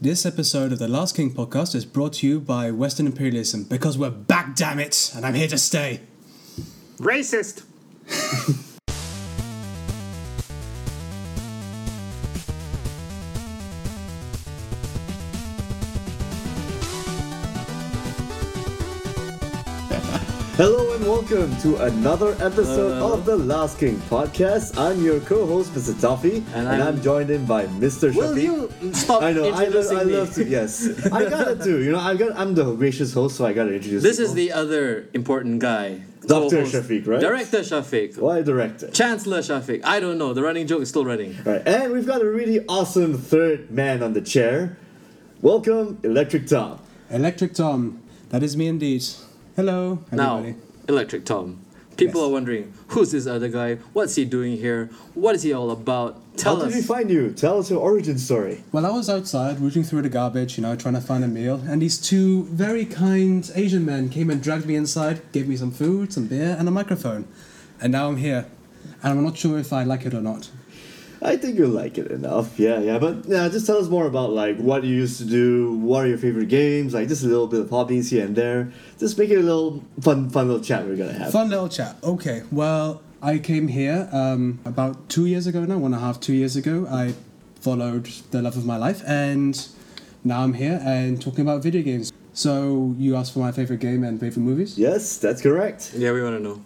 This episode of the Last King podcast is brought to you by Western Imperialism because we're back, damn it, and I'm here to stay. Racist. Hello and welcome to another episode of the Last King podcast. I'm your co-host Mr. Toffee, and, I'm- I'm joined in by Mr. Will Shafiq. you stop I know, I love, introducing I me? love to. Yes, I gotta do. You know, I got. I'm the gracious host, so I gotta introduce. This is people. the other important guy. Dr. Co-host. Shafiq, right? Director Shafiq. why director. Chancellor Shafiq. I don't know. The running joke is still running. Right, and we've got a really awesome third man on the chair. Welcome, Electric Tom. Electric Tom, that is me indeed. Hello, everybody. Now, Electric Tom. People Yes. are wondering who's this other guy? What's he doing here? What is he all about? Tell How us. did we find you? Tell us your origin story. Well, I was outside rooting through the garbage, you know, trying to find a meal, and these two very kind Asian men came and dragged me inside, gave me some food, some beer, and a microphone. And now I'm here, and I'm not sure if I like it or not. I think you like it enough. Yeah, yeah. But yeah, just tell us more about like what you used to do. What are your favorite games? Like just a little bit of hobbies here and there. Just make it a little fun, fun little chat we're gonna have. Fun little chat. Okay, well, I came here um, about two years ago now, one and a half, two years ago. I followed the love of my life, and now I'm here and talking about video games. So you asked for my favorite game and favorite movies. Yes, that's correct. yeah, we want to know.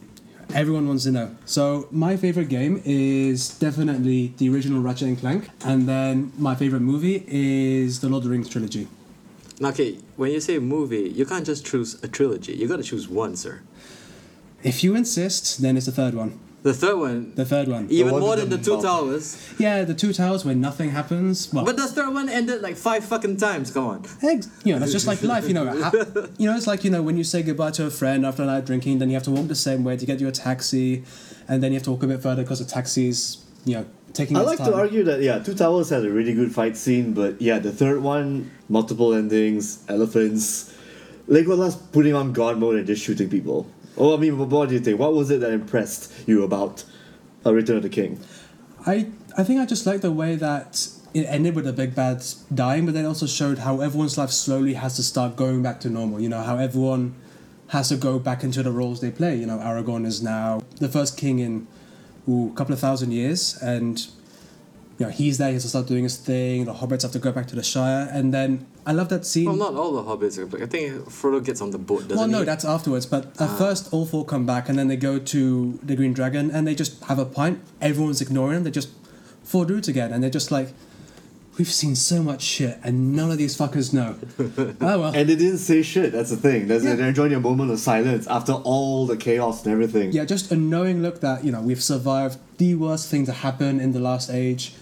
Everyone wants to know. So my favorite game is definitely the original Ratchet and Clank, and then my favorite movie is the Lord of the Rings trilogy. Now, okay, when you say movie, you can't just choose a trilogy. You got to choose one, sir. If you insist, then it's the third one. The third one, The third one. even one more with than the the two mouth. towers. Yeah, the two towers where nothing happens. Well, But the third one ended like five fucking times. Come on. Eggs. You know, that's just like life. You know, ha- you know, it's like you know when you say goodbye to a friend after a night drinking, then you have to walk the same way to get your taxi, and then you have to walk a bit further because the taxi's you know taking. I its like time. to argue that yeah, Two Towers had a really good fight scene, but yeah, the third one, multiple endings, elephants, Legolas putting on God mode and just shooting people. Oh, I mean, what, what do you think? What was it that impressed you about uh, Return of the King? I I think I just like the way that it ended with the big bad dying, but then also showed how everyone's life slowly has to start going back to normal. You know how everyone has to go back into the roles they play. You know Aragorn is now the first king in ooh, a couple of thousand years, and you know he's there. He has to start doing his thing. The hobbits have to go back to the Shire, and then I love that scene. Well, not all the hobbits. are- but I think Frodo gets on the boat, doesn't Well, no, he? that's afterwards. But at Ah. first, all four come back, and then they go to the Green Dragon, and they just have a pint. Everyone's ignoring them. They just four dudes again, and they're just like, "We've seen so much shit, and none of these fuckers know." oh well. And they didn't say shit. That's the thing. That's, Yeah. They're enjoying a moment of silence after all the chaos and everything. Yeah, just a knowing look that you know we've survived the worst thing to happen in the last age,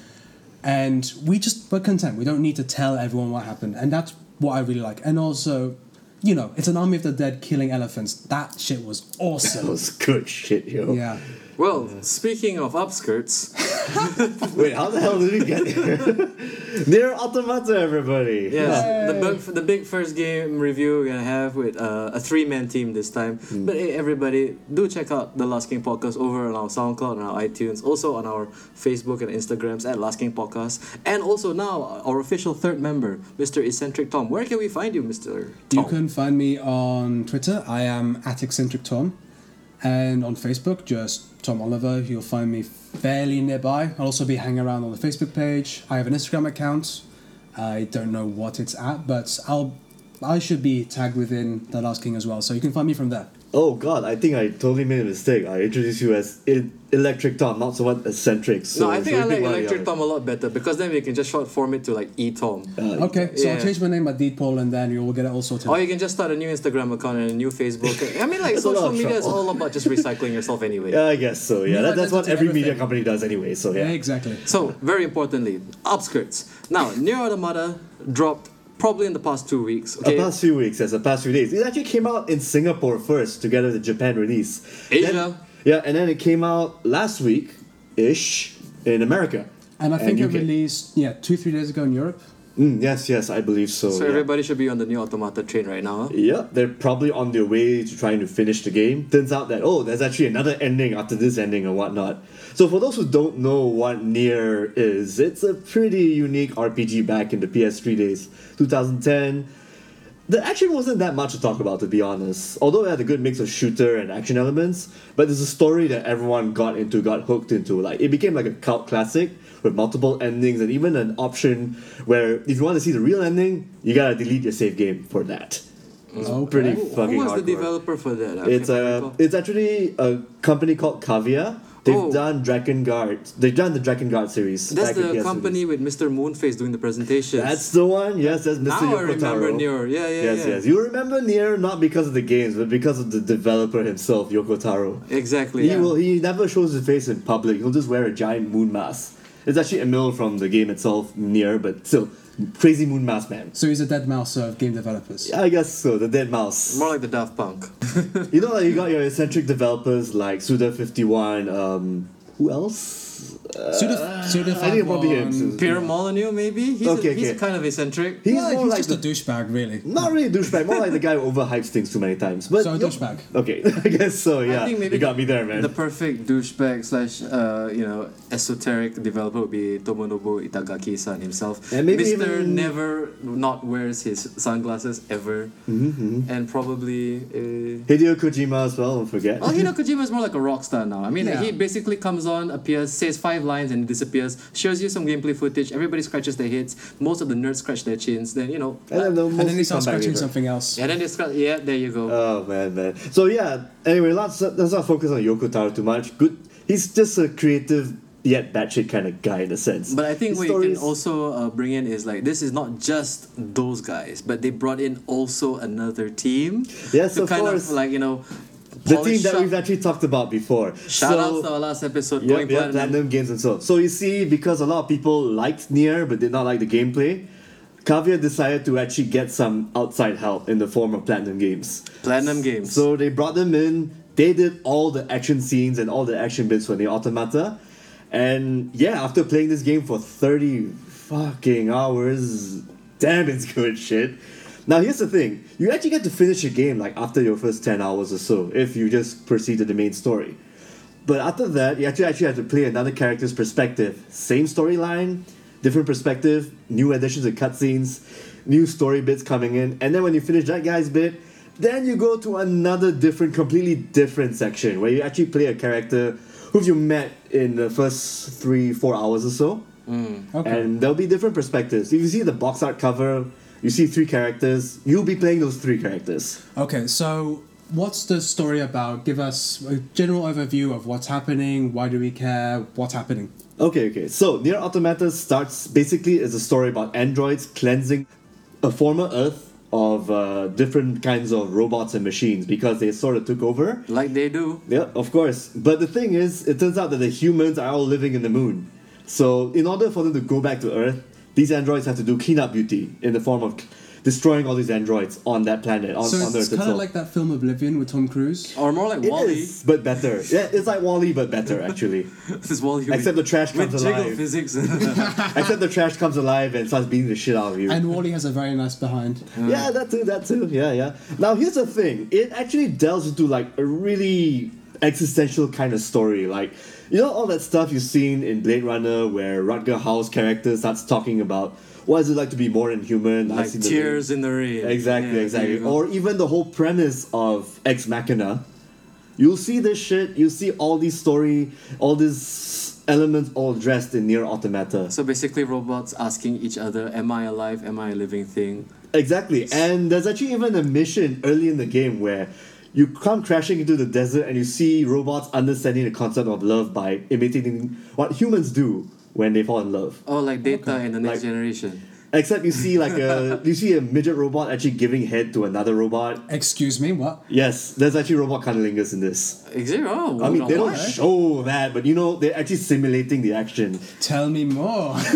and we just we're content. We don't need to tell everyone what happened, and that's what I really like. And also, you know, it's an army of the dead killing elephants. That shit was That awesome. was good shit, yo. yeah. Well, speaking of upskirts, Wait, how the hell did we get here? Near Automata, everybody. yes, the, big, the big first game review we're gonna have with uh, a three man team this time. Hmm. But hey, everybody, do check out the Last King podcast over on our SoundCloud, on our iTunes, also on our Facebook and Instagrams at Last King Podcast, and also now our official third member, Mr. Eccentric Tom. Where can we find you, Mr. Tom? You can find me on Twitter. I am at eccentric Tom, and on Facebook, just Tom Oliver. You'll find me fairly nearby. I'll also be hanging around on the Facebook page. I have an Instagram account. I don't know what it's at, but I'll I should be tagged within the Last King as well. So you can find me from there. Oh god, I think I totally made a mistake. I introduced you as e- Electric Tom, not so much eccentric. So no, I think so I like one or the Electric other. Tom a lot better because then we can just short form it to like E Tom. Uh, Okay, so I'll Yeah. change my name at Deed Paul, and then you will get it all sorted. Oh, Or you can just start a new Instagram account and a new Facebook. I mean, like a lot social of media is trouble. all about just recycling yourself anyway. Yeah, I guess so. Yeah, New that, that's what identity, every media everything. company does anyway. So yeah, yeah. exactly. So very importantly, upskirts. Now, Near Automata dropped probably in the past two weeks. The Okay, past few weeks, as the past few days, it actually came out in Singapore first, together with the Japan release. Asia. Then- yeah, and then it came out last week, ish, in America. And I think it UK. released yeah two three days ago in Europe. Mm, yes, yes, I believe so. So yeah. everybody should be on the new Automata train right now. huh? Yeah, they're probably on their way to trying to finish the game. Turns out that oh, there's actually another ending after this ending and whatnot. So for those who don't know what Nier is, it's a pretty unique RPG back in the PS3 days, 2010. The action wasn't that much to talk about, to be honest. Although it had a good mix of shooter and action elements, but there's a story that everyone got into, got hooked into. Like it became like a cult classic with multiple endings and even an option where if you want to see the real ending, you gotta delete your save game for that. Oh, Pretty okay. fucking Who was the hardcore. developer for that? I It's uh, can't a, recall. it's actually a company called Kavia. They've Oh. done Dragon Guard. They've done the Dragon Guard series. That's back in the PS company series. with Mr. Moonface doing the presentation. That's the one. Yes, that's Mr. now I Yoko remember Taro. Nier. Yeah, yeah, yes, yeah. yes. You remember Nier not because of the games, but because of the developer himself, Yoko Taro. Exactly. He yeah. will. He never shows his face in public. He'll just wear a giant moon mask. It's actually Emil from the game itself, Nier, but still, crazy moon mask man. So he's a dead mouse of game developers. I guess so. The dead mouse. More like the Daft Punk. You know, like you got your eccentric developers like Suda51, um, who else? Uh, Suda, Suda I think it probably Fabron- him. Pierre Molyneux, maybe? He's, Okay, a, he's okay. kind of eccentric. He's Yeah, more he's like just the- a douchebag, really. Not really a douchebag, more like the guy who overhypes things too many times. But So a you- douchebag. Okay, I guess so, yeah. I think maybe you got me there, man. The perfect douchebag slash, uh, you know, esoteric developer would be Tomonobu Itagaki-san himself. And maybe Mr. even- never not wears his sunglasses ever. And probably... Uh, Hideo Kojima as well, don't forget. Oh, well, Hideo Kojima is more like a rock star now. I mean, Yeah. he basically comes on, appears, says five lines and disappears, shows you some gameplay footage, everybody scratches their heads, most of the nerds scratch their chins, then, you know... I don't know, And then mostly he starts comeback scratching later. something else. And then they scratch... Yeah, there you go. Oh man, man. So yeah. Anyway, let's let's not focus on Yoko Taro too much. Good. He's just a creative yet batshit kind of guy in a sense. But I think His what you can stories- also uh, bring in is like this is not just those guys, but they brought in also another team. Yes, to of kind course. of like you know, the polish team that up- we've actually talked about before. shout so, outs to our last episode, Yep, going yep, platinum. Platinum Games and so on. So you see, because a lot of people liked Nier but did not like the gameplay, Kavya decided to actually get some outside help in the form of Platinum Games. Platinum Games. So they brought them in. They did all the action scenes and all the action bits for the Automata, and yeah, after playing this game for thirty fucking hours, damn, it's good shit. Now here's the thing: you actually get to finish a game like after your first ten hours or so, if you just proceed to the main story. But after that, you actually actually have to play another character's perspective. Same storyline, different perspective, new additions and cutscenes, new story bits coming in, and then when you finish that guy's bit, then you go to another different, completely different section where you actually play a character who you met in the first three, four hours or so. Okay. And there'll be different perspectives. If you see the box art cover, you see three characters, you'll be playing those three characters. Okay, so what's the story about? Give us a general overview of what's happening, why do we care, what's happening. Okay, okay. So Near Automata starts basically is a story about androids cleansing a former Earth of uh, different kinds of robots and machines because they sort of took over. like they do. Yeah, of course. But the thing is, it turns out that the humans are all living in the moon. So in order for them to go back to Earth, these androids have to do cleanup duty in the form of destroying all these androids on that planet on, So on it's Earth kind of itself. like that film Oblivion with Tom Cruise. Or more like It Wally. is, but better. Yeah, it's like Wally, but better actually. this is Wally. Except the trash with comes jiggle alive. physics. Except the trash comes alive and starts beating the shit out of you. And Wally has a very nice behind. Yeah, that too, that too. Yeah, yeah. Now here's the thing. It actually delves into like a really existential kind of story. Like, you know all that stuff you've seen in Blade Runner where Rutger Hauer's character starts talking about what is it like to be more than human? I've like seen the- tears in the rain. Exactly, Yeah, there exactly. you go. Or even the whole premise of Ex Machina. You'll see this shit, you'll see all these story, all these elements all dressed in near automata. so basically, robots asking each other, "Am I alive? Am I a living thing?" Exactly, and there's actually even a mission early in the game where you come crashing into the desert and you see robots understanding the concept of love by imitating what humans do when they fall in love. Or Oh, like Data in the next Like- generation. Except you see like a you see a midget robot actually giving head to another robot. Excuse me, what? Yes, there's actually robot cunnilingus in this. Exactly. Oh, I mean, wow. they don't Alright. show that, but you know, they're actually simulating the action. Tell me more.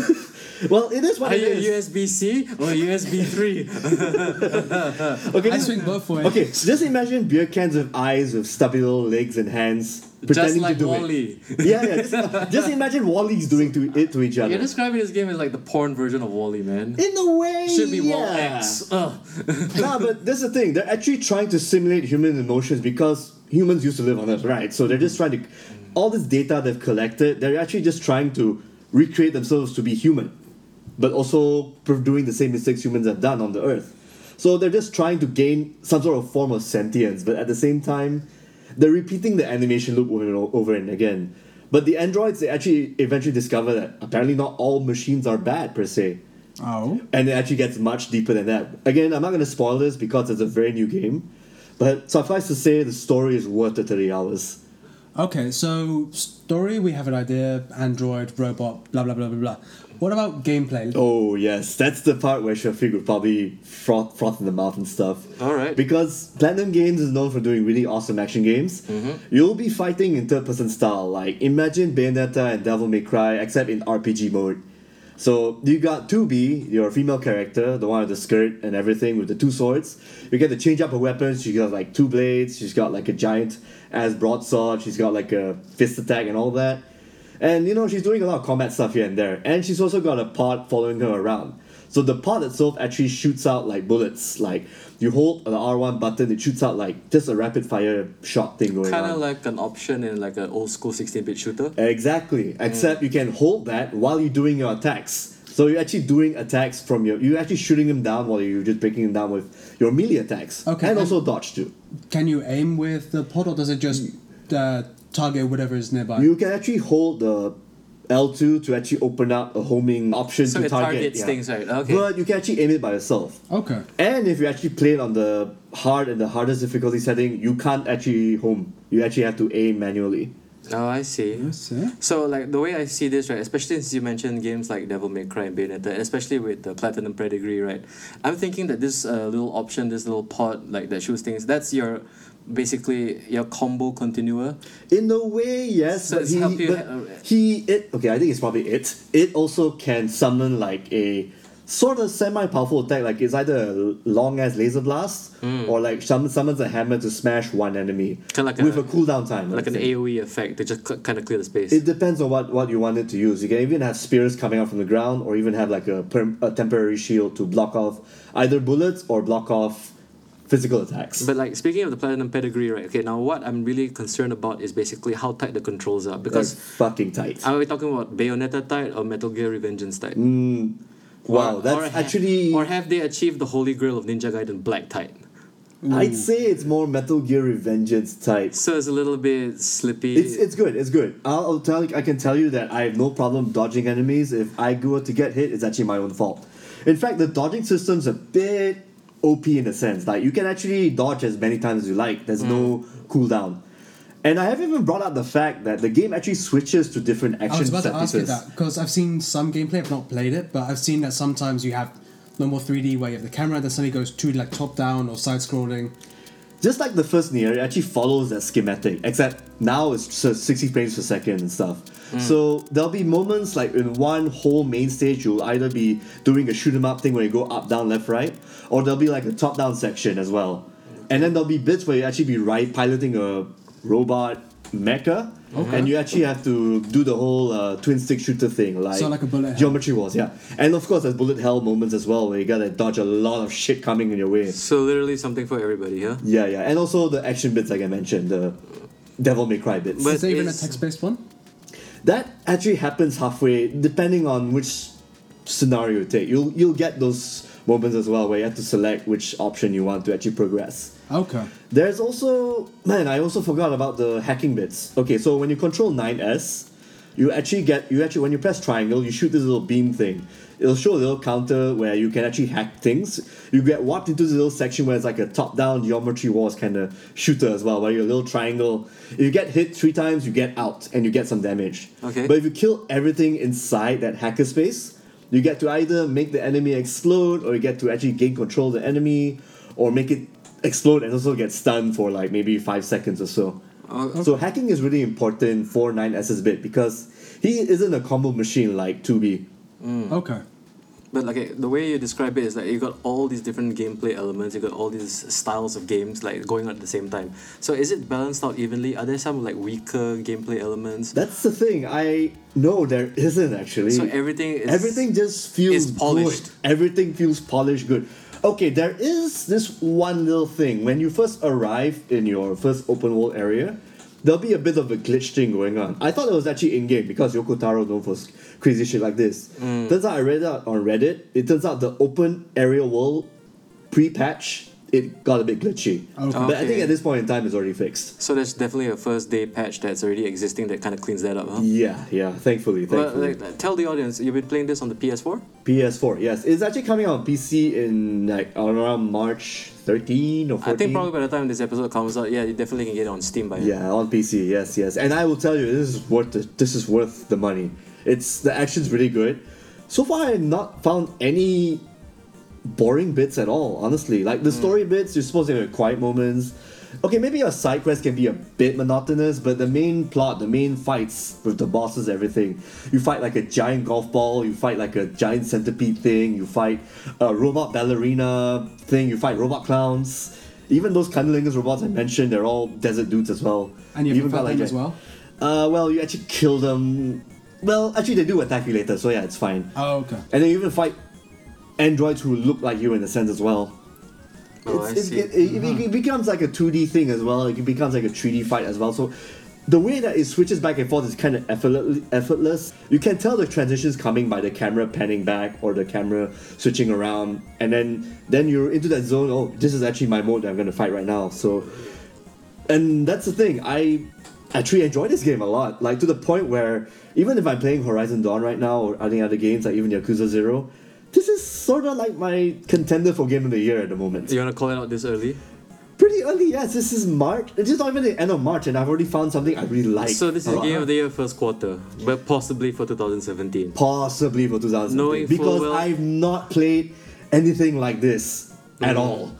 Well, it is what Are it is. you USB C or USB 3? Okay, I this- swing both ways. okay, so just imagine beer cans with eyes with stubby little legs and hands Just pretending like to do it. Wally. Yeah, yeah. Just, just imagine Wally's doing to it to each other. You're describing this game as like the porn version of Wally, man. In a way, Should be yeah. Wall X. Ugh. nah, but that's the thing. They're actually trying to simulate human emotions because humans used to live on Earth, right? So they're just trying to. All this data they've collected, they're actually just trying to recreate themselves to be human, but also per- doing the same mistakes humans have done on the Earth. So they're just trying to gain some sort of form of sentience, but at the same time, they're repeating the animation loop over and o- over and again. But the androids, they actually eventually discover that apparently not all machines are bad per se Oh. and it actually gets much deeper than that. Again, I'm not going to spoil this because it's a very new game, but suffice to say, the story is worth the 30 hours. Okay, so story, we have an idea, android, robot, blah, blah, blah, blah, blah. What about gameplay? Oh, yes, that's the part where Shafiq would probably froth, froth in the mouth and stuff. All right. Because Platinum Games is known for doing really awesome action games. Mm-hmm. You'll be fighting in third person style. Like, imagine Bayonetta and Devil May Cry, except in RPG mode. So, you got 2B, your female character, the one with the skirt and everything with the two swords. You get to change up her weapons. She got like two blades, she's got like a giant ass broadsword, she's got like a fist attack and all that. And you know, she's doing a lot of combat stuff here and there. And she's also got a pod following her around. So the pod itself actually shoots out like bullets. Like you hold the R1 button, it shoots out like just a rapid fire shot thing going Kind on. of like an option in like an old school 16 bit shooter. Exactly. Mm. Except you can hold that while you're doing your attacks. So you're actually doing attacks from your you're actually shooting them down while you're just breaking them down with your melee attacks. Okay, and- And also dodge too. Can you aim with the pod or does it just uh, target whatever is nearby? You can actually hold the L2 to actually open up a homing option So to it target. targets yeah. things, right? Okay. But you can actually aim it by yourself. okay. And if you actually play it on the hard and the hardest difficulty setting, you can't actually home. You actually have to aim manually. Oh, I see. That's it. So like the way I see this, right, especially since you mentioned games like Devil May Cry and Bayonetta, especially with the platinum pedigree, right, I'm thinking that this uh, little option, this little pod like that shoots things, that's your basically your combo continuer. In a way, yes, So but, it's he, help you- but he it okay. I think it's probably it. It also can summon like a sort of semi-powerful attack, like it's either a long ass laser blast or like summon, summons a hammer to smash one enemy Hmm. Kinda like with a- a, cooldown time, Like an let's say. AoE effect to just kind of clear the space. It depends on what, what you want it to use. You can even have spears coming out from the ground, or even have like a, perm- a temporary shield to block off either bullets or block off physical attacks. But like speaking of the platinum pedigree, right? Okay, now what I'm really concerned about is basically how tight the controls are That's because fucking tight. are we talking about Bayonetta tight or Metal Gear Revengeance tight? Mm, wow, Or- or that's ha- actually. or have they achieved the holy grail of Ninja Gaiden black tight? I'd Hmm. say it's more Metal Gear Revengeance type. So it's a little bit slippy. It's, it's good. It's good. I'll, I'll tell. I can tell you that I have no problem dodging enemies. If I go to get hit, it's actually my own fault. In fact, the dodging system's a bit OP in a sense. Like you can actually dodge as many times as you like. There's no cooldown. And I haven't even brought up the fact that the game actually switches to different I action was about set to ask you pieces. that because I've seen some gameplay. I've not played it, but I've seen that sometimes you have normal 3D where you have the camera, then suddenly goes to like top down or side scrolling. Just like the first Nier, it actually follows that schematic, except now it's s- 60 frames per second and stuff. So there'll be moments like in one whole main stage, you'll either be doing a shoot 'em up thing where you go up, down, left, right, or there'll be like a top down section as well. And then there'll be bits where you actually be right piloting a robot mecha, and you actually have to do the whole uh, twin stick shooter thing, like, So like a bullet hell. geometry wars, yeah. And of course, there's bullet hell moments as well where you gotta dodge a lot of shit coming in your way. so literally something for everybody, huh? Yeah, yeah, and also the action bits, like I mentioned, the Devil May Cry bits. But Is there even a it's- text based one? that actually happens halfway, depending on which scenario you take. You'll you'll get those moments as well where you have to select which option you want to actually progress. Okay. There's also man, I also forgot about the hacking bits. Okay, so when you control 9S, you actually get you actually when you press triangle, you shoot this little beam thing. It'll show a little counter where you can actually hack things. You get warped into this little section where it's like a top-down geometry wars kind of shooter as well, where you're a little triangle. If you get hit three times, you get out and you get some damage. Okay. But if you kill everything inside that hacker space, you get to either make the enemy explode or you get to actually gain control of the enemy or make it explode and also get stunned for like maybe five seconds or so. So hacking is really important for 9S's bit because he isn't a combo machine like 2B. Okay. But like eh, the way you describe it is like you got all these different gameplay elements, you got all these styles of games like going on at the same time. So is it balanced out evenly? Are there some like weaker gameplay elements? That's the thing. I no, there isn't actually. So everything is everything just feels is polished. Good. Everything feels polished, good. Okay, there is this one little thing. When you first arrive in your first open world area, there'll be a bit of a glitch thing going on. I thought it was actually in game because Yoko Taro known for s- crazy shit like this. Mm. Turns out I read out on Reddit. It turns out the open area world pre-patch it got a bit glitchy. Okay. But I think Okay. at this point in time, it's already fixed. So there's definitely a first day patch that's already existing that kind of cleans that up, huh? Yeah, yeah. Thankfully, Well, thankfully. like, tell the audience you've been playing this on the PS4. PS4, yes, it's actually coming out on PC in like around March 13 or 14. I think probably by the time this episode comes out, yeah, you definitely can get it on Steam by then. Yeah, on PC. Yes, yes. And I will tell you, this is worth the, this is worth the money. It's the action's really good. So far, I've not found any boring bits at all. Honestly, like Hmm. the story bits, you're supposed to have your quiet moments. Okay, maybe your side quest can be a bit monotonous, but the main plot, the main fights with the bosses, everything. You fight like a giant golf ball, you fight like a giant centipede thing, you fight a robot ballerina thing, you fight robot clowns. Even those Cunnilingus robots I mentioned, they're all desert dudes as well. And you even have got, found them a- as well. Uh, well, you actually kill them. Well, actually, they do attack you later, so yeah, it's fine. Oh, okay. And then you even fight androids who look like you in a sense as well. Oh, I It's- see. It, it, it, be- it becomes like a 2D thing as well. It becomes like a 3D fight as well. So the way that it switches back and forth is kind of effortless. effortless. You can tell the transitions coming by the camera panning back or the camera switching around. And then, then you're into that zone. Oh, this is actually my mode that I'm going to fight right now. So and that's the thing i actually enjoy this game a lot like to the point where even if i'm playing horizon dawn right now or any other games like even yakuza zero this is sort of like my contender for game of the year at the moment You wanna call it out this early? pretty early yes this is march it's just not even the end of march and i've already found something i really like uh, So this a is lot. game of the year first quarter, but possibly for 2017. possibly for 2000 Knowing full because well- i've not played anything like this at Mm. all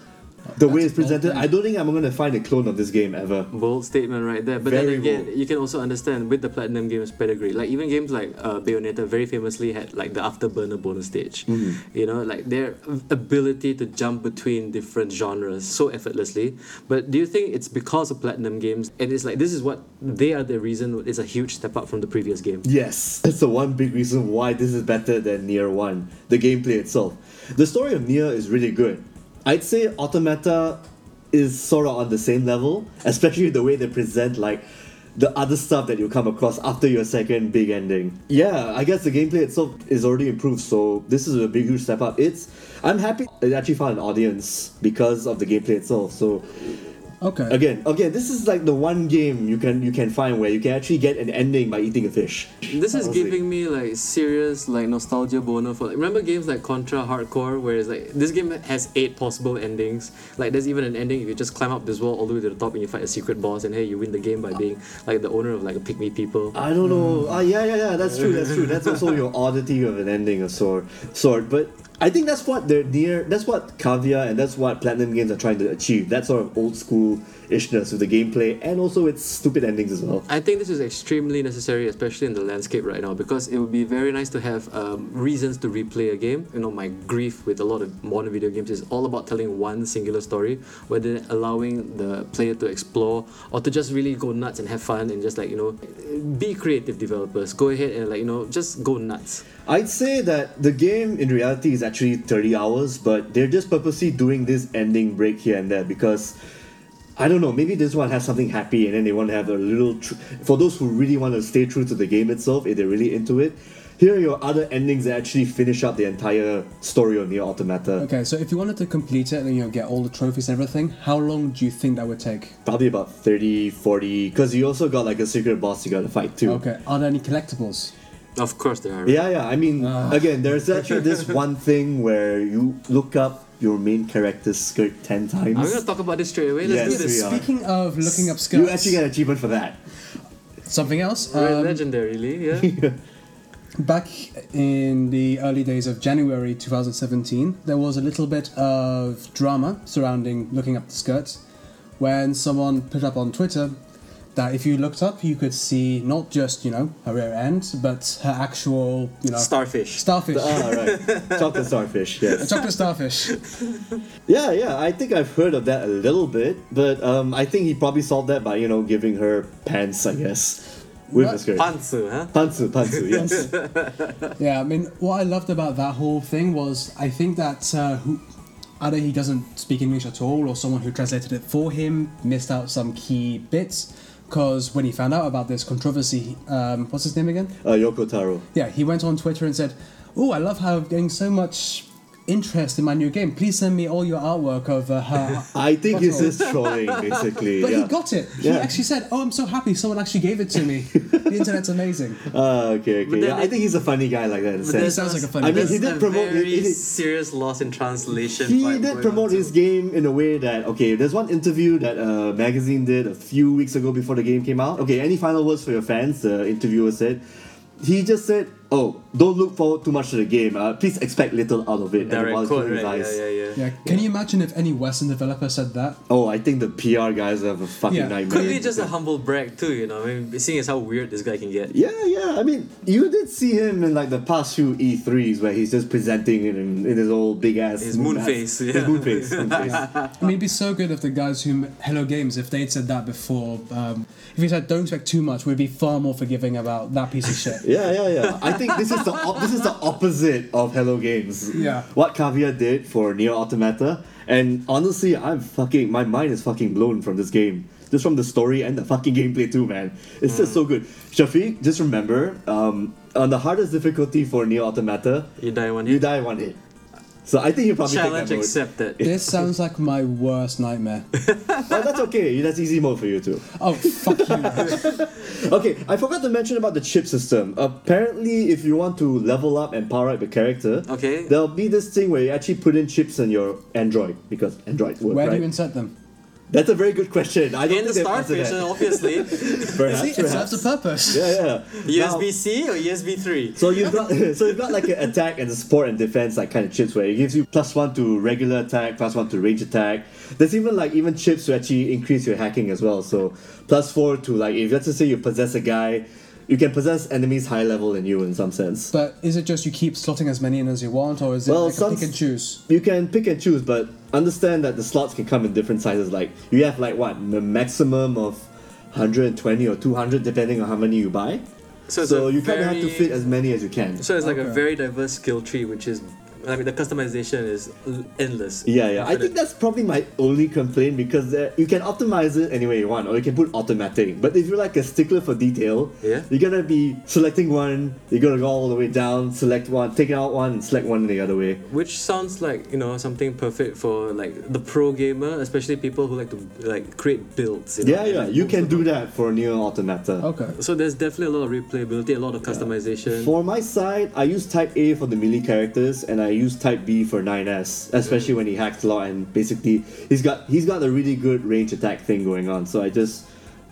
the way it's presented i don't think i'm going to find a clone of this game ever Bold statement right there. But Very then again, bold. you can also understand with the Platinum Games pedigree. Like even games like uh, Bayonetta very famously had like the afterburner bonus stage. Mm-hmm. You know, like their ability to jump between different genres so effortlessly. But do you think it's because of Platinum Games and it's like this is what they are the reason it's a huge step up from the previous game? Yes, that's the one big reason why this is better than Nier 1, the gameplay itself. The story of Nier is really good. I'd say Automata is sort of on the same level, especially the way they present like the other stuff that you come across after your second big ending. Yeah, I guess the gameplay itself is already improved, so this is a big huge step up. It's I'm happy it actually found an audience because of the gameplay itself. So Okay. again, again, this is like the one game you can you can find where you can actually get an ending by eating a fish. This is Honestly. giving me like serious like nostalgia boner for like remember games like Contra Hardcore where it's like this game has eight possible endings. Like there's even an ending if you just climb up this wall all the way to the top and you fight a secret boss and hey you win the game by being like the owner of like a pygmy people. I don't know. Ah, yeah, yeah, yeah. That's true. That's true. That's also your oddity of an ending of sort. Sort, but I think that's what they're near. That's what Caviar and that's what Platinum Games are trying to achieve. That sort of old school ishness with the gameplay and also its stupid endings as well. I think this is extremely necessary, especially in the landscape right now, because it would be very nice to have um, reasons to replay a game. You know, my grief with a lot of modern video games is all about telling one singular story, rather than allowing the player to explore or to just really go nuts and have fun and just like you know, be creative developers. Go ahead and like you know, just go nuts. I'd say that the game in reality is actually 30 hours, but they're just purposely doing this ending break here and there because I don't know, maybe this one has something happy and then they want to have a little. Tr- For those who really want to stay true to the game itself, if they're really into it, here are your other endings that actually finish up the entire story on Near Automata. Okay, so if you wanted to complete it and you know get all the trophies, and everything, how long do you think that would take? Probably about 30, 40, because you also got like a secret boss you gotta fight too. Okay, are there any collectibles? Of course, there are. Yeah, yeah. I mean, Ah. again, there's actually this one thing where you look up your main character's skirt 10 times. I'm gonna talk about this straight away. Let's Yes, do this. we are. Speaking of looking up skirts, You actually get an achievement for that. something else. We're Um, legendary, Lee, yeah. back in the early days of January 2017, there was a little bit of drama surrounding looking up the skirts when someone put up on Twitter that if you looked up, you could see not just you know her rear end, but her actual you know Starfish. starfish, Ah, right. Chocolate starfish, a yes. chocolate starfish. Yeah, yeah, I think I've heard of that a little bit, but um, I think he probably solved that by, you know, giving her pants, I guess. With What? a skirt. Pantsu, huh? Pantsu, pantsu, yes. Yeah, I mean, what I loved about that whole thing was I think that uh, who, either he doesn't speak English at all, or someone who translated it for him missed out some key bits. Because when he found out about this controversy, um, what's his name again? Uh, Yoko Taro. Yeah, he went on Twitter and said, "Oh, I love how I'm getting so much interest in my new game. Please send me all your artwork of uh, her." I think he's What's just trolling, basically. But yeah. he got it. He Yeah. actually said, "Oh, I'm so happy someone actually gave it to me. the internet's amazing." Ah, okay, But okay. Yeah, then- I think he's a funny guy like that. in a It sense. sounds like a I funny. mean, game. he That's did a promote- very he did- serious loss in translation. He vibe did going promote on his too. game in a way that okay. There's one interview that a magazine did a few weeks ago before the game came out. Okay, any final words for your fans? The interviewer said. He just said, "Oh, don't look forward too much to the game. Uh, please expect little out of it." Direct was quote, good right? Yeah, advice. yeah, yeah. yeah, can you imagine if any Western developer said that? Oh, I think the PR guys have a fucking Yeah. nightmare. Could be just a humble brag too, you know. I mean, seeing as how weird this guy can get. Yeah, yeah. I mean, you did see him in like the past few E3s where he's just presenting in, in his old big ass His moon face, yeah. His moon face. Moon face. I mean, it'd be so good if the guys who Hello Games, if they'd said that before, um, if you said don't expect too much, we'd be far more forgiving about that piece of shit. Yeah, yeah, yeah. I think this is the op- this is the opposite of Hello Games. Yeah. What Caviar did for Neo Automata, and honestly, I'm fucking my mind is fucking blown from this game. Just from the story and the fucking gameplay too, man. It's just so good. Shafiq, just remember, um, on the hardest difficulty for Neo Automata, You die one you hit. die one hit. So I think you probably Challenge take that mode. accepted. this sounds like my worst nightmare. But that's okay. That's easy mode for you too. Oh fuck you! Okay, I forgot to mention about the chip system. Apparently, if you want to level up and power up your character, Okay. there'll be this thing where you actually put in chips in your Android because Android work, Where right? do you insert them? That's a very good question. I don't And the think they've answered starfish, that. obviously. Perhaps, See, it serves perhaps. a purpose. Yeah, yeah. Now- USB C or USB three. so you've got so you've got like an attack and a support and defense like kind of chips where it gives you plus one to regular attack, plus one to range attack. There's even like even chips to actually increase your hacking as well. So plus four to like if let's just say you possess a guy, you can possess enemies higher level than you in some sense. But is it just you keep slotting as many in as you want, or is it Well, like a some- pick and choose? You can pick and choose, but understand that the slots can come in different sizes. Like you have like what the maximum of 120 or 200, depending on how many you buy. So it's so a you kind of have to very- fit as many as you can. So it's like a Okay. very diverse skill tree, which is, I mean, the customization is l- endless. Yeah, yeah. I Infinite. think that's probably my only complaint because there, you can optimize it any way you want, or you can put automatic. But if you're like a stickler for detail, Yeah. you're gonna be selecting one, you're gonna go all the way down, select one, take out one, and select one the other way. Which sounds like you know something perfect for like the pro gamer, especially people who like to like create builds. You know, Yeah, and, yeah. like, You move can them. do that for Neo Automata. Okay. So there's definitely a lot of replayability, a lot of customization. For my side, I use type A for the melee characters and I use type B for 9S, especially when he hacks a lot and basically he's got he's got a really good range attack thing going on. So I just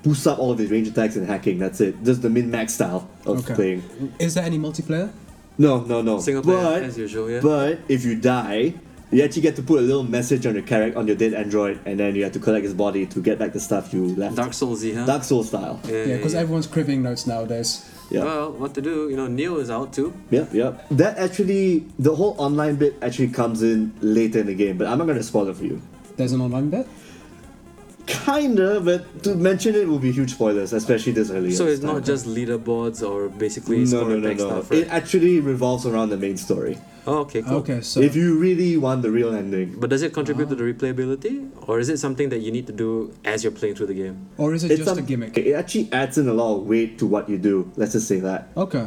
boost up all of his range attacks and hacking. That's it. Just the min max style of Okay. playing. Is there any multiplayer? No, no, no. Single player, but, as usual, yeah. But if you die, you actually get to put a little message on your character on your dead android and then you have to collect his body to get back the stuff you left. Dark Soulsy, huh? Dark Souls style. Yeah, because everyone's cribbing notes nowadays. Yeah. Well, what to do? You know, Neo is out too. Yep, yep. That actually, the whole online bit actually comes in later in the game, but I'm not gonna spoil it for you. There's an online bit. Kinda, but to mention it will be huge spoilers, especially this early. So in it's not time. just leaderboards or basically no, score no, no, and no. stuff, It right? actually revolves around the main story. oh, okay, cool. Okay, Uh-huh. so If you really want the real ending, But does it contribute to the replayability, or is it something that you need to do as you're playing through the game? or is it it's just a some- gimmick? It actually adds in a lot of weight to what you do. Let's just say that. Okay.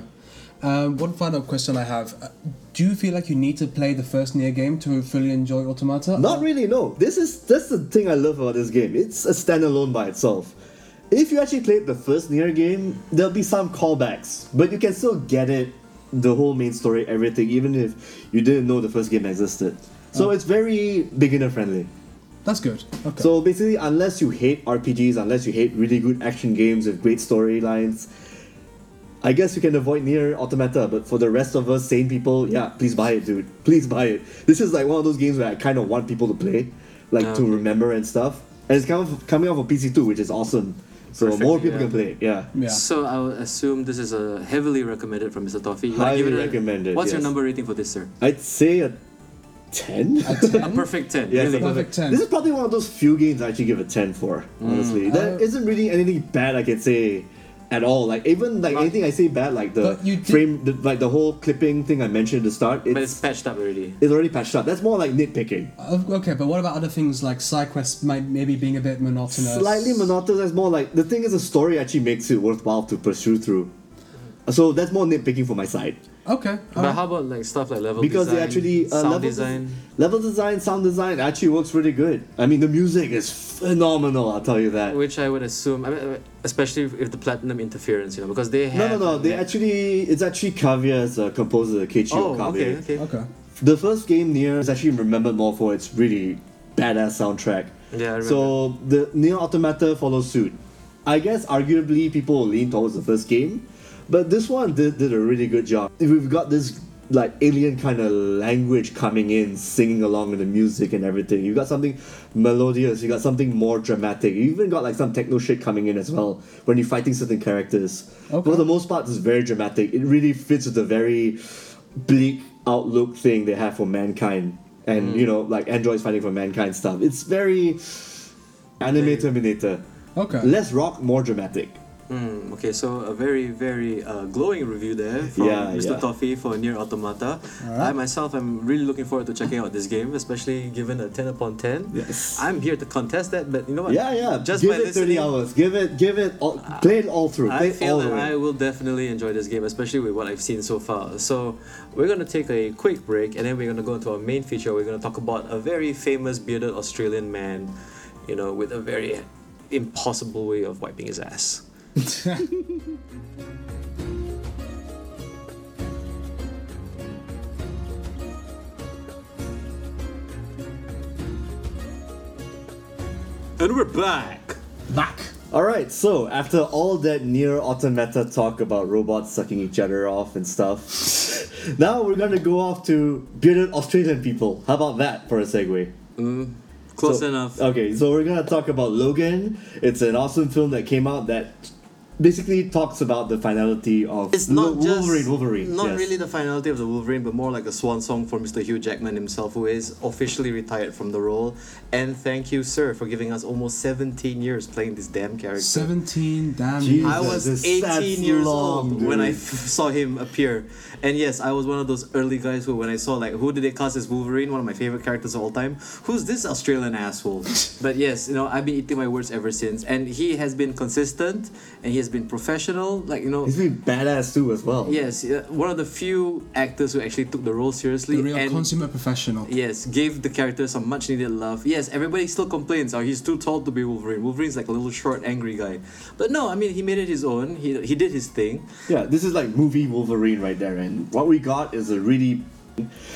Um, one final question I have: Uh, Do you feel like you need to play the first near game to fully enjoy Automata? Not really. No, this is that's the thing I love about this game. It's a standalone by itself. If you actually played the first Nier game, there'll be some callbacks, but you can still get it, the whole main story, everything, even if you didn't know the first game existed. So it's very beginner friendly. That's good. Okay. So basically, unless you hate RPGs, unless you hate really good action games with great storylines, I guess you can avoid Nier Automata. But for the rest of us sane people, yeah, please buy it, dude. Please buy it. This is like one of those games where I kind of want people to play, like to remember and stuff. And it's kind of coming off of PC too, which is awesome. so more Perfect, people yeah. can play it. Yeah. Yeah. So I would assume this is a heavily recommended from Mr. Toffee. You wanna Highly give it a- recommended. What's your yes. number rating for this, sir? I'd say a ten. A A 10? perfect 10. Yeah, it's really. a Perfect 10. This is probably one of those few games I actually give a 10 for, honestly. There Uh, not really anything bad I can say at all. Like, even like But- anything I say bad, like the But you did- frame, the, like the whole clipping thing I mentioned at the start, it's, But it's patched up already. it's already patched up. That's more like nitpicking. Uh, okay, but what about other things like side quests might maybe being a bit monotonous? Slightly monotonous, that's more like the thing is the story actually makes it worthwhile to pursue through. So that's more nitpicking for my side. Okay. But alright. how about like stuff like level because design, they actually uh, sound level des- design? level design, sound design actually works really good. I mean, the music is phenomenal. I'll tell you that. Which I would assume, I mean, uh, especially if, if the platinum interference, you know, because they No, have. no, no. They actually, it's actually Kaviya is a composer, Keiichi Oh, Okabe. okay, okay. Okay. The first game Nier is actually remembered more for its really badass soundtrack. Yeah, I remember. So the Nier Automata follows suit. I guess arguably people will lean towards the first game, but this one did, did a really good job. We've got this like alien kind of language coming in, singing along with the music and everything. You've got something melodious, you got something more dramatic. You even got like some techno shit coming in as well when you're fighting certain characters. Okay. For the most part, it's very dramatic. It really fits with the very bleak outlook thing they have for mankind. And you know, like androids fighting for mankind stuff. It's very Anime Terminator. Okay. Less rock, more dramatic. Mm, okay, so a very, very uh, glowing review there from Yeah, Mr. yeah. Toffee for Near Automata. I Alright. myself am really looking forward to checking out this game, especially given a 10 upon 10. Yes. I'm here to contest that, but you know what? Yeah, yeah. Just give by it listening, hours. Give it, give it. All, play it all through. Play I it feel all that the way. I will definitely enjoy this game, especially with what I've seen so far. So, we're gonna take a quick break and then we're gonna go into our main feature. We're gonna talk about a very famous bearded Australian man, you know, with a very impossible way of wiping his ass. and we're back! Back. All right. So after all that near automata talk about robots sucking each other off and stuff, now we're gonna go off to bearded Australian people. How about that for a segue? Close So- enough. Okay, so we're gonna talk about Logan. It's an awesome film that came out that basically talks about the finality of It's not Lo- just Wolverine. Wolverine. Not yes. really the finality of the Wolverine, but more like a swan song for Mr. Hugh Jackman himself, who is officially retired from the role. And thank you, sir, for giving us almost 17 years playing this damn character. 17 damn Jeez. years. I was This- 18 that's years long, old when I dude. f- saw him appear. And yes, I was one of those early guys who, when I saw, like, who did they cast as Wolverine, one of my favorite characters of all time, who's this Australian asshole? but yes, you know, I've been eating my words ever since. And he has been consistent and he has been professional. Like, you know, He's been badass too as well. Yes, uh, one of the few actors who actually took the role seriously The real and consummate professional. yes, gave the character some much needed love. Yes, everybody still complains, oh, he's too tall to be Wolverine. Wolverine's like a little short, angry guy. But no, I mean, he made it his own. He, he did his thing. Yeah, this is like movie Wolverine right there, and what we got is a really.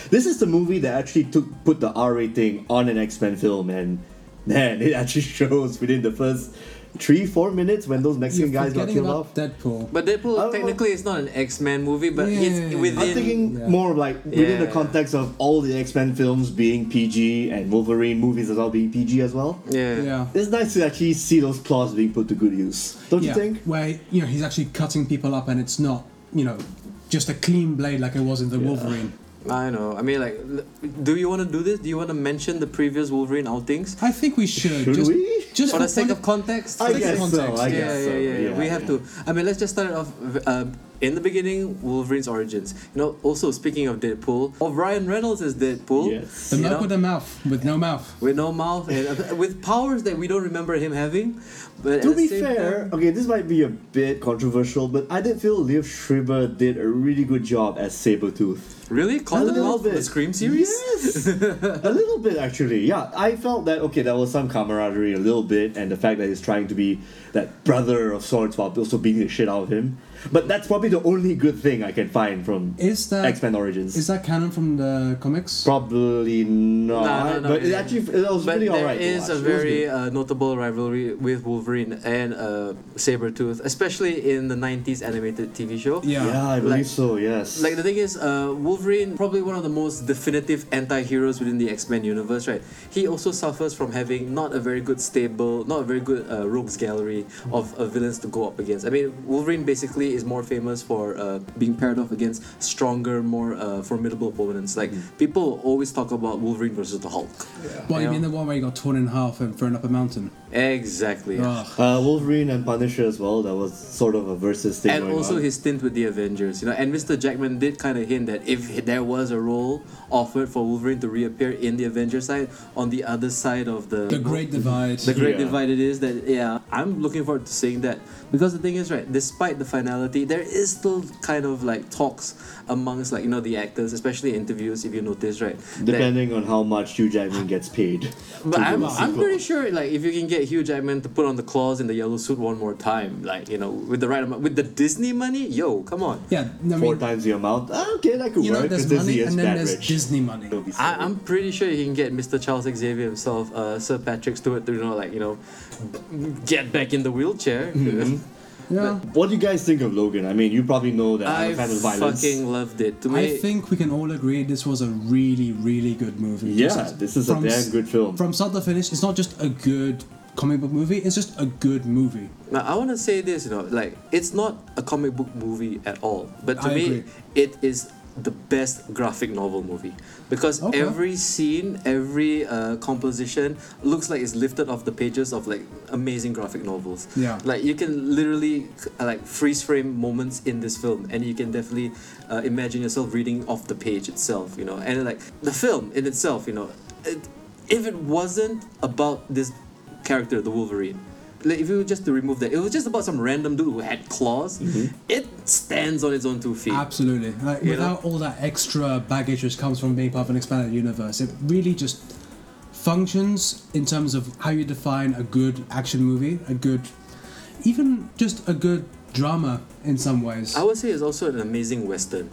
This is the movie that actually took put the R rating on an X Men film, and man, it actually shows within the first three four minutes when those You're Mexican guys got forgetting killed about off. Deadpool. But I Deadpool don't technically is not an X Men movie, but it's Oh. Yeah. within. I'm thinking Yeah. more like within the Yeah. context of all the X Men films being PG and Wolverine movies as well being PG as well. yeah. yeah. It's nice to actually see those claws being put to good use, don't yeah, you think? Where you know he's actually cutting people up, and it's not you know just a clean blade like it was in the Wolverine. I know. I mean, like, l- do you want to do this? Do you want to mention the previous Wolverine outings? I think we should. Should just, we? Just For the sake fun- of context? I the guess so. context. I yeah, guess yeah, so. yeah, yeah. We have yeah. to. I mean, let's just start it off uh, in the beginning. Wolverine's origins. You know. Also speaking of Deadpool, of Ryan Reynolds as Deadpool. Yes. The you mouth know, with the mouth, with no mouth. with no mouth and uh, with powers that we don't remember him having. But at To the be same fair, time- okay, this might be a bit controversial, but I did feel Liv Schreiber did a really good job as Sabretooth. really, A Cotton little Mouth from the bit. Scream series. Yes! a little bit, actually. Yeah, I felt that, okay, there was some camaraderie a little bit, and the fact that he's trying to be that brother of sorts while also beating the shit out of him. But that's probably the only good thing I can find from Is that X Men Origins. is that canon from the comics? probably not. No, no, no, but it yeah. actually it was But really there alright. to is watch. a It was very good. uh, notable rivalry with Wolverine and uh, Sabretooth, especially in the 90s animated TV show. yeah. yeah, I believe like- so. Yes. Like the thing is, uh, Wolverine probably one of the most definitive anti-heroes within the X-Men universe, right? He also suffers from having not a very good stable, not a very good uh, rogues gallery of uh, villains to go up against. I mean, Wolverine basically is more famous for uh, being paired off against stronger, more uh, formidable opponents. Like people always talk about Wolverine versus the Hulk. What Yeah. you mean the one where he got torn in half and thrown up a mountain? Exactly. Ugh. Uh, Wolverine and Punisher as well. That was sort of a versus thing. and going also on. his stint with the Avengers, you know. And Mr. Jackman did kind of hint that if there was a role offered for Wolverine to reappear in the Avengers side, on the other side of the The Great Divide. the great Yeah. divide it is that yeah, I'm looking forward to seeing that because the thing is right, despite the finality, there is still kind of like talks amongst like you know the actors, especially interviews if you notice right. that- Depending on how much Hugh Jackman gets paid. but to do I'm, the I'm sequel. pretty sure like if you can get Hugh Jackman to put on the claws in the yellow suit one more time, like you know with the right amount with the Disney money, yo, come on. yeah, I four mean, times the amount. Ah, okay, that could you know, work there's because money Disney is and then that there's rich. Disney money. It'll be so- I, I'm pretty sure he can get Mr. Charles Xavier himself, uh, Sir Patrick Stewart, to you know, like you know, get back in the wheelchair. Yeah. What do you guys think of Logan? I mean, you probably know that I'm I a fan of violence. fucking loved it. To me, I think we can all agree this was a really, really good movie. Yeah, Just this is a from damn s- good film. From start to finish, it's not just a good comic book movie, it's just a good movie. now, I want to say this, you know, like it's not a comic book movie at all, but to I me, agree. it is the best graphic novel movie because Okay. every scene, every uh, composition looks like it's lifted off the pages of like amazing graphic novels. Yeah. like you can literally uh, like freeze frame moments in this film and you can definitely uh, imagine yourself reading off the page itself you know and like the film in itself you know it, if it wasn't about this character the wolverine like if you were just to remove that it was just about some random dude who had claws it stands on its own two feet Absolutely. Like, You know? without all that extra baggage which comes from being part of an expanded universe, it really just functions in terms of how you define a good action movie, a good, even just a good drama in some ways. i would say it's also an amazing western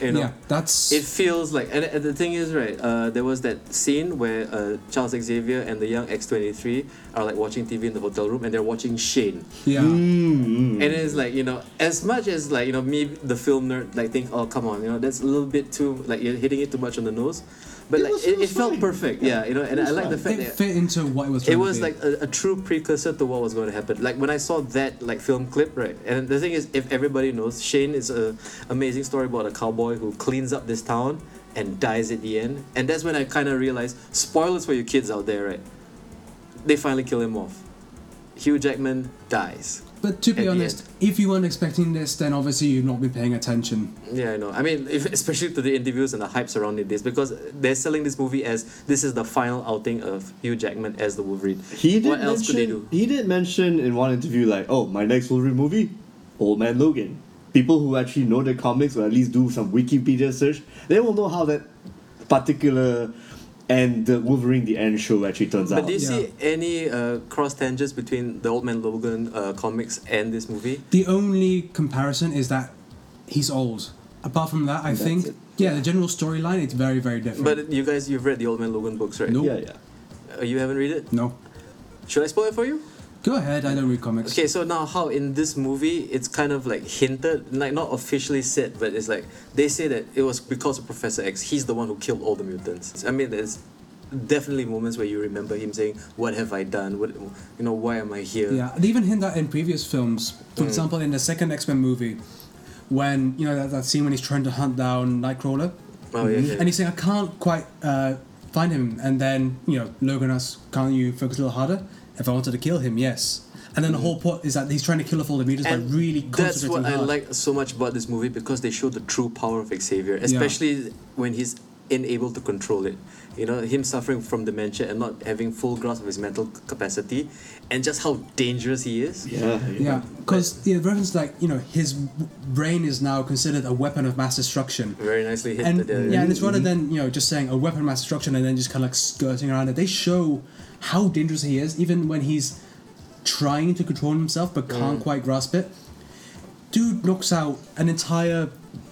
you know yeah, that's. It feels like, and, and the thing is, right? Uh, there was that scene where uh, Charles Xavier and the young X twenty three are like watching TV in the hotel room, and they're watching Shane. yeah. Mm, mm. And it's like you know, as much as like you know, me the film nerd like think, oh come on, you know, that's a little bit too like you're hitting it too much on the nose, but It like was- it, it it was felt fine. perfect, yeah, you know, and It I was like the It fact that. fit into what it was trying It to was be. like a, a true precursor to what was going to happen. Like when I saw that like film clip, right? And the thing is, if everybody knows, Shane is a amazing story about a cowboy who cleans up this town and dies at the end. And that's when I kind of realized, spoilers for you kids out there, right? They finally kill him off. Hugh Jackman dies. But to at be the honest, if you weren't expecting this, then obviously you've not been paying attention. Yeah, I know. I mean, if, especially to the interviews and the hype surrounding this, because they're selling this movie as this is the final outing of Hugh Jackman as the Wolverine. he did what mention, else could they do? He did mention in one interview, like, oh, my next Wolverine movie, Old Man Logan. People who actually know the comics or at least do some Wikipedia search, they will know how that particular and the Wolverine the End show actually turns But out. do you Yeah. see any uh, cross tangents between the Old Man Logan uh, comics and this movie? The only comparison is that he's old. Apart from that, I think it. yeah, the general storyline it's very very different. But you guys, you've read the Old Man Logan books, right? Nope. yeah, yeah. Uh, you haven't read it? no, Should I spoil it for you? go ahead. I don't read comics. Okay, so now how in this movie it's kind of like hinted, like not officially said, but it's like they say that it was because of Professor X. He's the one who killed all the mutants. I mean, there's definitely moments where you remember him saying, "What have I done? What, you know, why am I here?" Yeah, they even hint that in previous films. Mm. For example, in the second X Men movie, when you know that, that scene when he's trying to hunt down Nightcrawler, Mm-hmm. Oh yeah. yeah. and he's saying I can't quite uh, find him, and then you know Logan asks, "Can't you focus a little harder?" If I wanted to kill him, yes. And then the whole plot is that he's trying to kill off all the mutants by Mm. And really that's concentrating what I hard. like so much about this movie because they show the true power of Xavier, especially when he's unable to control it. You know, him suffering from dementia and not having full grasp of his mental c- capacity, and just how dangerous he is. Yeah, Yeah, because the reference like you know his w- brain is now considered a weapon of mass destruction, Very nicely hit. and the, yeah, and it's rather Mm-hmm. than you know just saying a weapon of mass destruction and then just kind of like skirting around it. They show how dangerous he is, even when he's trying to control himself but can't quite grasp it. dude knocks out an entire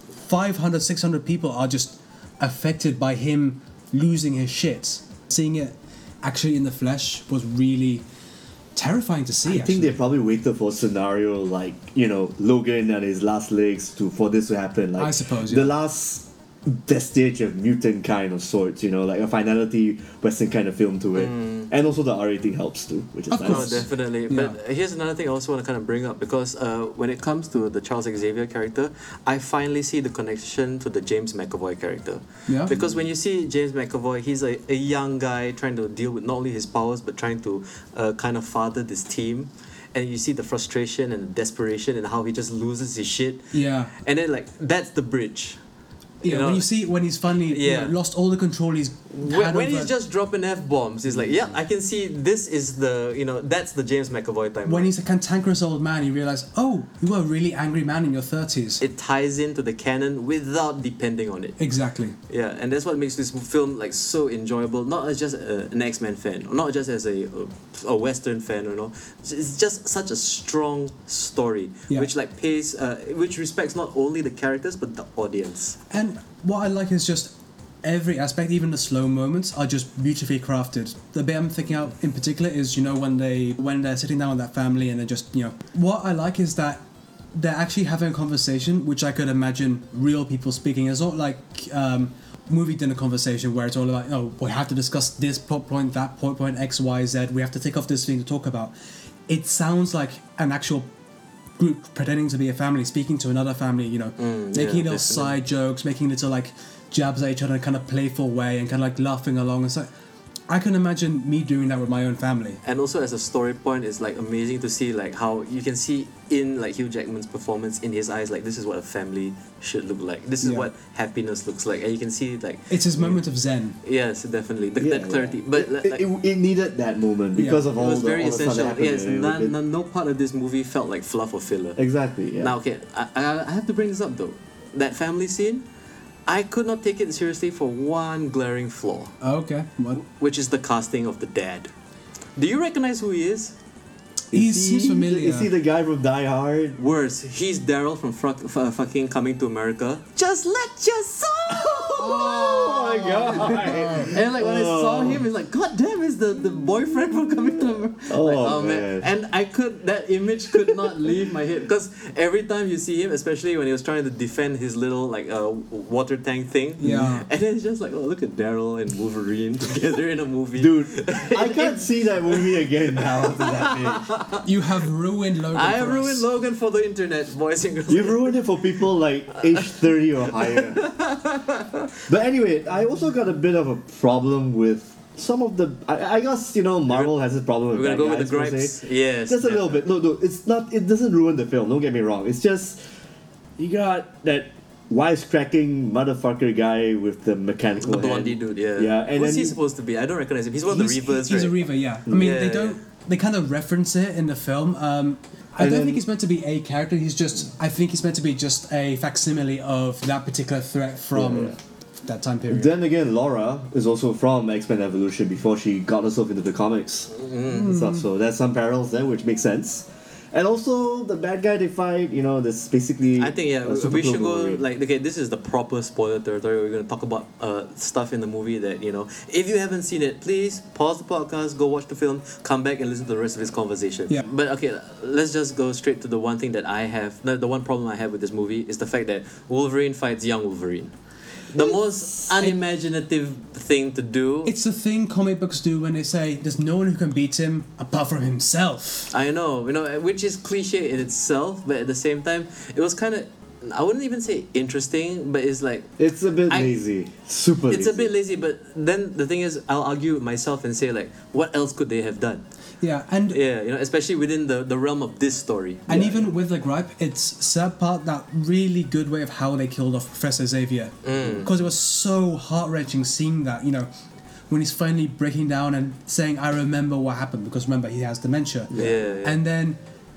500, 600 people are just affected by him losing his shit. Seeing it actually in the flesh was really terrifying to see. I think they probably waited for a scenario like you know Logan and his last legs to for this to happen. Like I suppose, the yeah. last vestige of mutant kind of sorts. You know, like a finality Western kind of film to it, Mm. and also the R rating helps too, which is Of nice. No, course. Oh, definitely. But here's another thing I also want to kind of bring up because uh, when it comes to the Charles Xavier character, I finally see the connection to the James McAvoy character. Yeah. Because when you see James McAvoy, he's a, a young guy trying to deal with not only his powers but trying to uh, kind of father this team. And you see the frustration and the desperation and how he just loses his shit. Yeah. And then, like, that's the bridge. Yeah, You know- when you see when he's finally Yeah. you know, lost all the control he's when, had when over- he's just dropping f bombs, he's like, yeah, I can see this is the you know that's the James McAvoy time. when he's a cantankerous old man, you realize, oh, you were a really angry man in your thirties. it ties into the canon without depending on it. Exactly. Yeah, and that's what makes this film like so enjoyable. Not as just a, an X Men fan, not just as a a Western fan, you know. It's just such a strong story, Yeah. which like pays, uh, which respects not only the characters but the audience. And what I like is just every aspect, even the slow moments, are just beautifully crafted. The bit I'm thinking out in particular is, you know, when they when they're sitting down with that family and they're just, you know, what I like is that they're actually having a conversation, which I could imagine real people speaking. It's not like um, movie dinner conversation where it's all about, oh, we have to discuss this plot point, that plot point, X, Y, Z. We have to take off this thing to talk about. It sounds like an actual group pretending to be a family speaking to another family you know making Mm, yeah, little definitely. side jokes making little like jabs at each other in a kind of playful way and kind of like laughing along and so i can imagine me doing that with my own family and also as a story point it's like amazing to see like how you can see in like hugh jackman's performance in his eyes like this is what a family should look like this is Yeah. what happiness looks like and you can see like it's his moment of zen yes definitely Oh, the, Yeah, that clarity yeah. but it, like, it, it needed that moment because Yeah. of it all was the, very all the stuff that essential happened yes in it. none, It- none, no part of this movie felt like fluff or filler Exactly. Yeah. now okay I, I, I have to bring this up though that family scene i could not take it seriously for one glaring flaw okay what which is the casting of the dad do you recognize who he is he Is seems familiar Is he the guy from Die Hard? Worse, he's Daryl from fruck- f- uh, fucking Coming to America. Just let your soul. Oh my god! and like when I saw him, it's like, God damn, is the, the boyfriend from Coming to America? Oh, like, man. And I could that image could not leave my head because every time you see him, especially when he was trying to defend his little like uh, w- water tank thing, Yeah. and then it's just like, oh look at Daryl and Wolverine together in a movie, Dude, I can't see that movie again now after that page. you have ruined logan I for ruined us. Logan for the internet, boys and girls. You ruined it for people like age 30 or higher. But anyway, I also got a bit of a problem with some of the. I, I guess, you know, Marvel has this problem with We're gonna bad go with the guys, per gripes. se. Yes. Just a little bit. No, no, it's not. It doesn't ruin the film. Don't get me wrong. It's just you got that wisecracking motherfucker guy with the mechanical The hand. blondie dude, yeah. Yeah, and Who's then he supposed to be? I don't recognize him. He's one of he's, the Reavers, he's right? a reaver yeah i mean Yeah, they don't they kind of reference it in the film um I And don't then- think he's meant to be a character. He's just. I think he's meant to be just a facsimile of that particular threat from Yeah. that time period. Then again, Laura is also from X Men Evolution before she got herself into the comics. and stuff. So there's some parallels there, which makes sense. And also the bad guy they fight, you know, that's basically. I think yeah, a we- we superhero should go movie. like okay. This is the proper spoiler territory. We're gonna talk about uh, stuff in the movie that you know. If you haven't seen it, please pause the podcast, go watch the film, come back and listen to the rest of this conversation. Yeah. But okay, let's just go straight to the one thing that I have. The, the one problem I have with this movie is the fact that Wolverine fights young Wolverine. The most unimaginative thing to do. It's the thing comic books do when they say there's no one who can beat him apart from himself. I know, you know, which is cliche in itself, but at the same time, it was kind of, I wouldn't even say interesting, but it's like, It's a bit I- lazy. Super lazy. it's a bit lazy, but then the thing is, I'll argue with myself and say, like, what else could they have done? Yeah, and Yeah, you know, especially within the, the realm of this story. and even with the gripe, it's set apart that really good way of how they killed off Professor Xavier Mm. because it was so heart wrenching seeing that you know when he's finally breaking down and saying I remember what happened because remember he has dementia. Yeah, yeah. and then.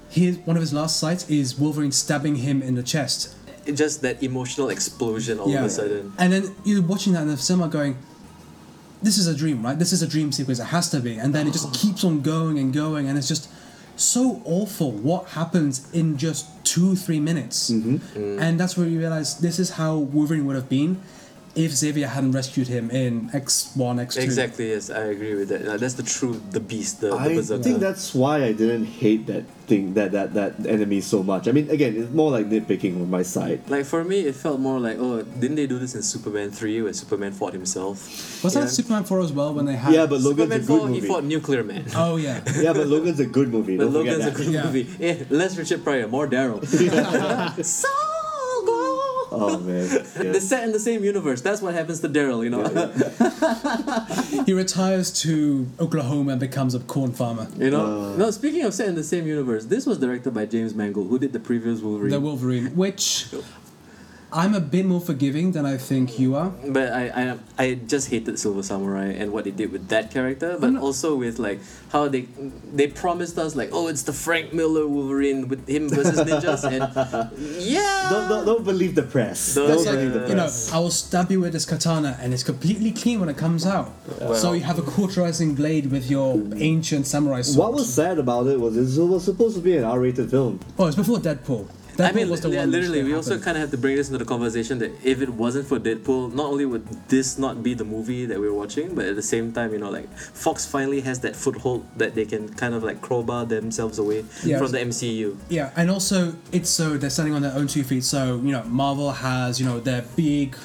His, one of his last sights is Wolverine stabbing him in the chest. It's just that emotional explosion all of a sudden. And then you're watching that in the cinema going, this is a dream, right? This is a dream sequence. It has to be. And then it just keeps on going and going. And it's just, so awful what happens in just two, three minutes. Mm-hmm. Mm. And that's where you realize this is how Wolverine would have been if Xavier hadn't rescued him in X1, X2. Exactly. Yes, I agree with that. Uh, That's the true the beast, the, the I berserker. think that's why I didn't hate that thing that that that enemy so much. I mean, again, it's more like nitpicking on my side. like for me, it felt more like oh, didn't they do this in Superman three where Superman fought himself? Was You that know? Superman 4 as well when they had. Yeah, but Logan's Superman a good four? He movie. fought Nuclear Man. Oh, yeah. yeah, but Logan's a good movie. But Don't forget Logan's a that. good Yeah. movie. Eh, less Richard Pryor, more Daryl. so go. Oh man, They're set in the same universe. That's what happens to Daryl, you know. he retires to Oklahoma and becomes a corn farmer. you Uh. know. no, speaking of set in the same universe, this was directed by James Mangold, who did the previous Wolverine. The Wolverine, which I'm a bit more forgiving than I think you are. But I, I I just hated Silver Samurai and what they did with that character, but also with like how they they promised us like oh it's the Frank Miller Wolverine with him versus ninjas and yeah Don't, don't, don't believe the press. Don't- Don't, It's like, believe the You know, press. I will stab you with this katana, and it's completely clean when it comes out. So you have a cauterizing blade with your ancient samurai sword. what was sad about it was it was supposed to be an R-rated film. Oh, it's before Deadpool. Deadpool I mean, was the li- one. which literally, that we also happened. kind of have to bring this into the conversation that if it wasn't for Deadpool, not only would this not be the movie that we're watching, but at the same time, you know, like Fox finally has that foothold that they can kind of like crowbar themselves away Yeah. from the MCU. Yeah, and also it's so they're standing on their own two feet. So you know, Marvel has you know their big,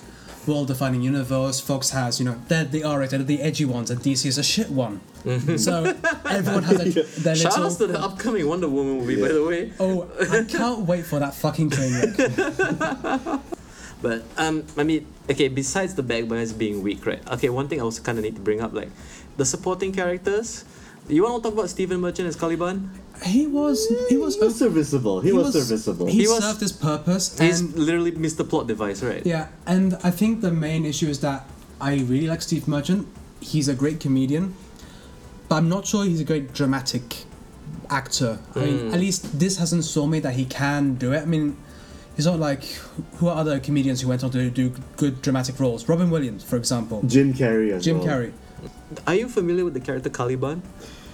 world-defining universe. Fox has you know they're the R-rated, they're the edgy ones, and DC is a shit one. so everyone has their, their Shout little. outs to the upcoming Wonder Woman movie, by the way. Oh, I can't wait for that fucking train wreck. But um, I mean, okay. Besides the bad guys being weak, right? Okay, one thing I also kind of need to bring up, like the supporting characters. You want to talk about Stephen Merchant as Caliban? He was he was He was serviceable. He, was, serviceable. He, He was- served his purpose He's and literally Mr. Plot Device, right? yeah, and I think the main issue is that I really like Steve Merchant. He's a great comedian, but I'm not sure he's a great dramatic actor. I Hmm. mean, at least this hasn't shown me that he can do it. I mean, he's not like who are other comedians who went on to do good dramatic roles. Robin Williams, for example, Jim Carrey as Jim well. Carrey. Are you familiar with the character Caliban?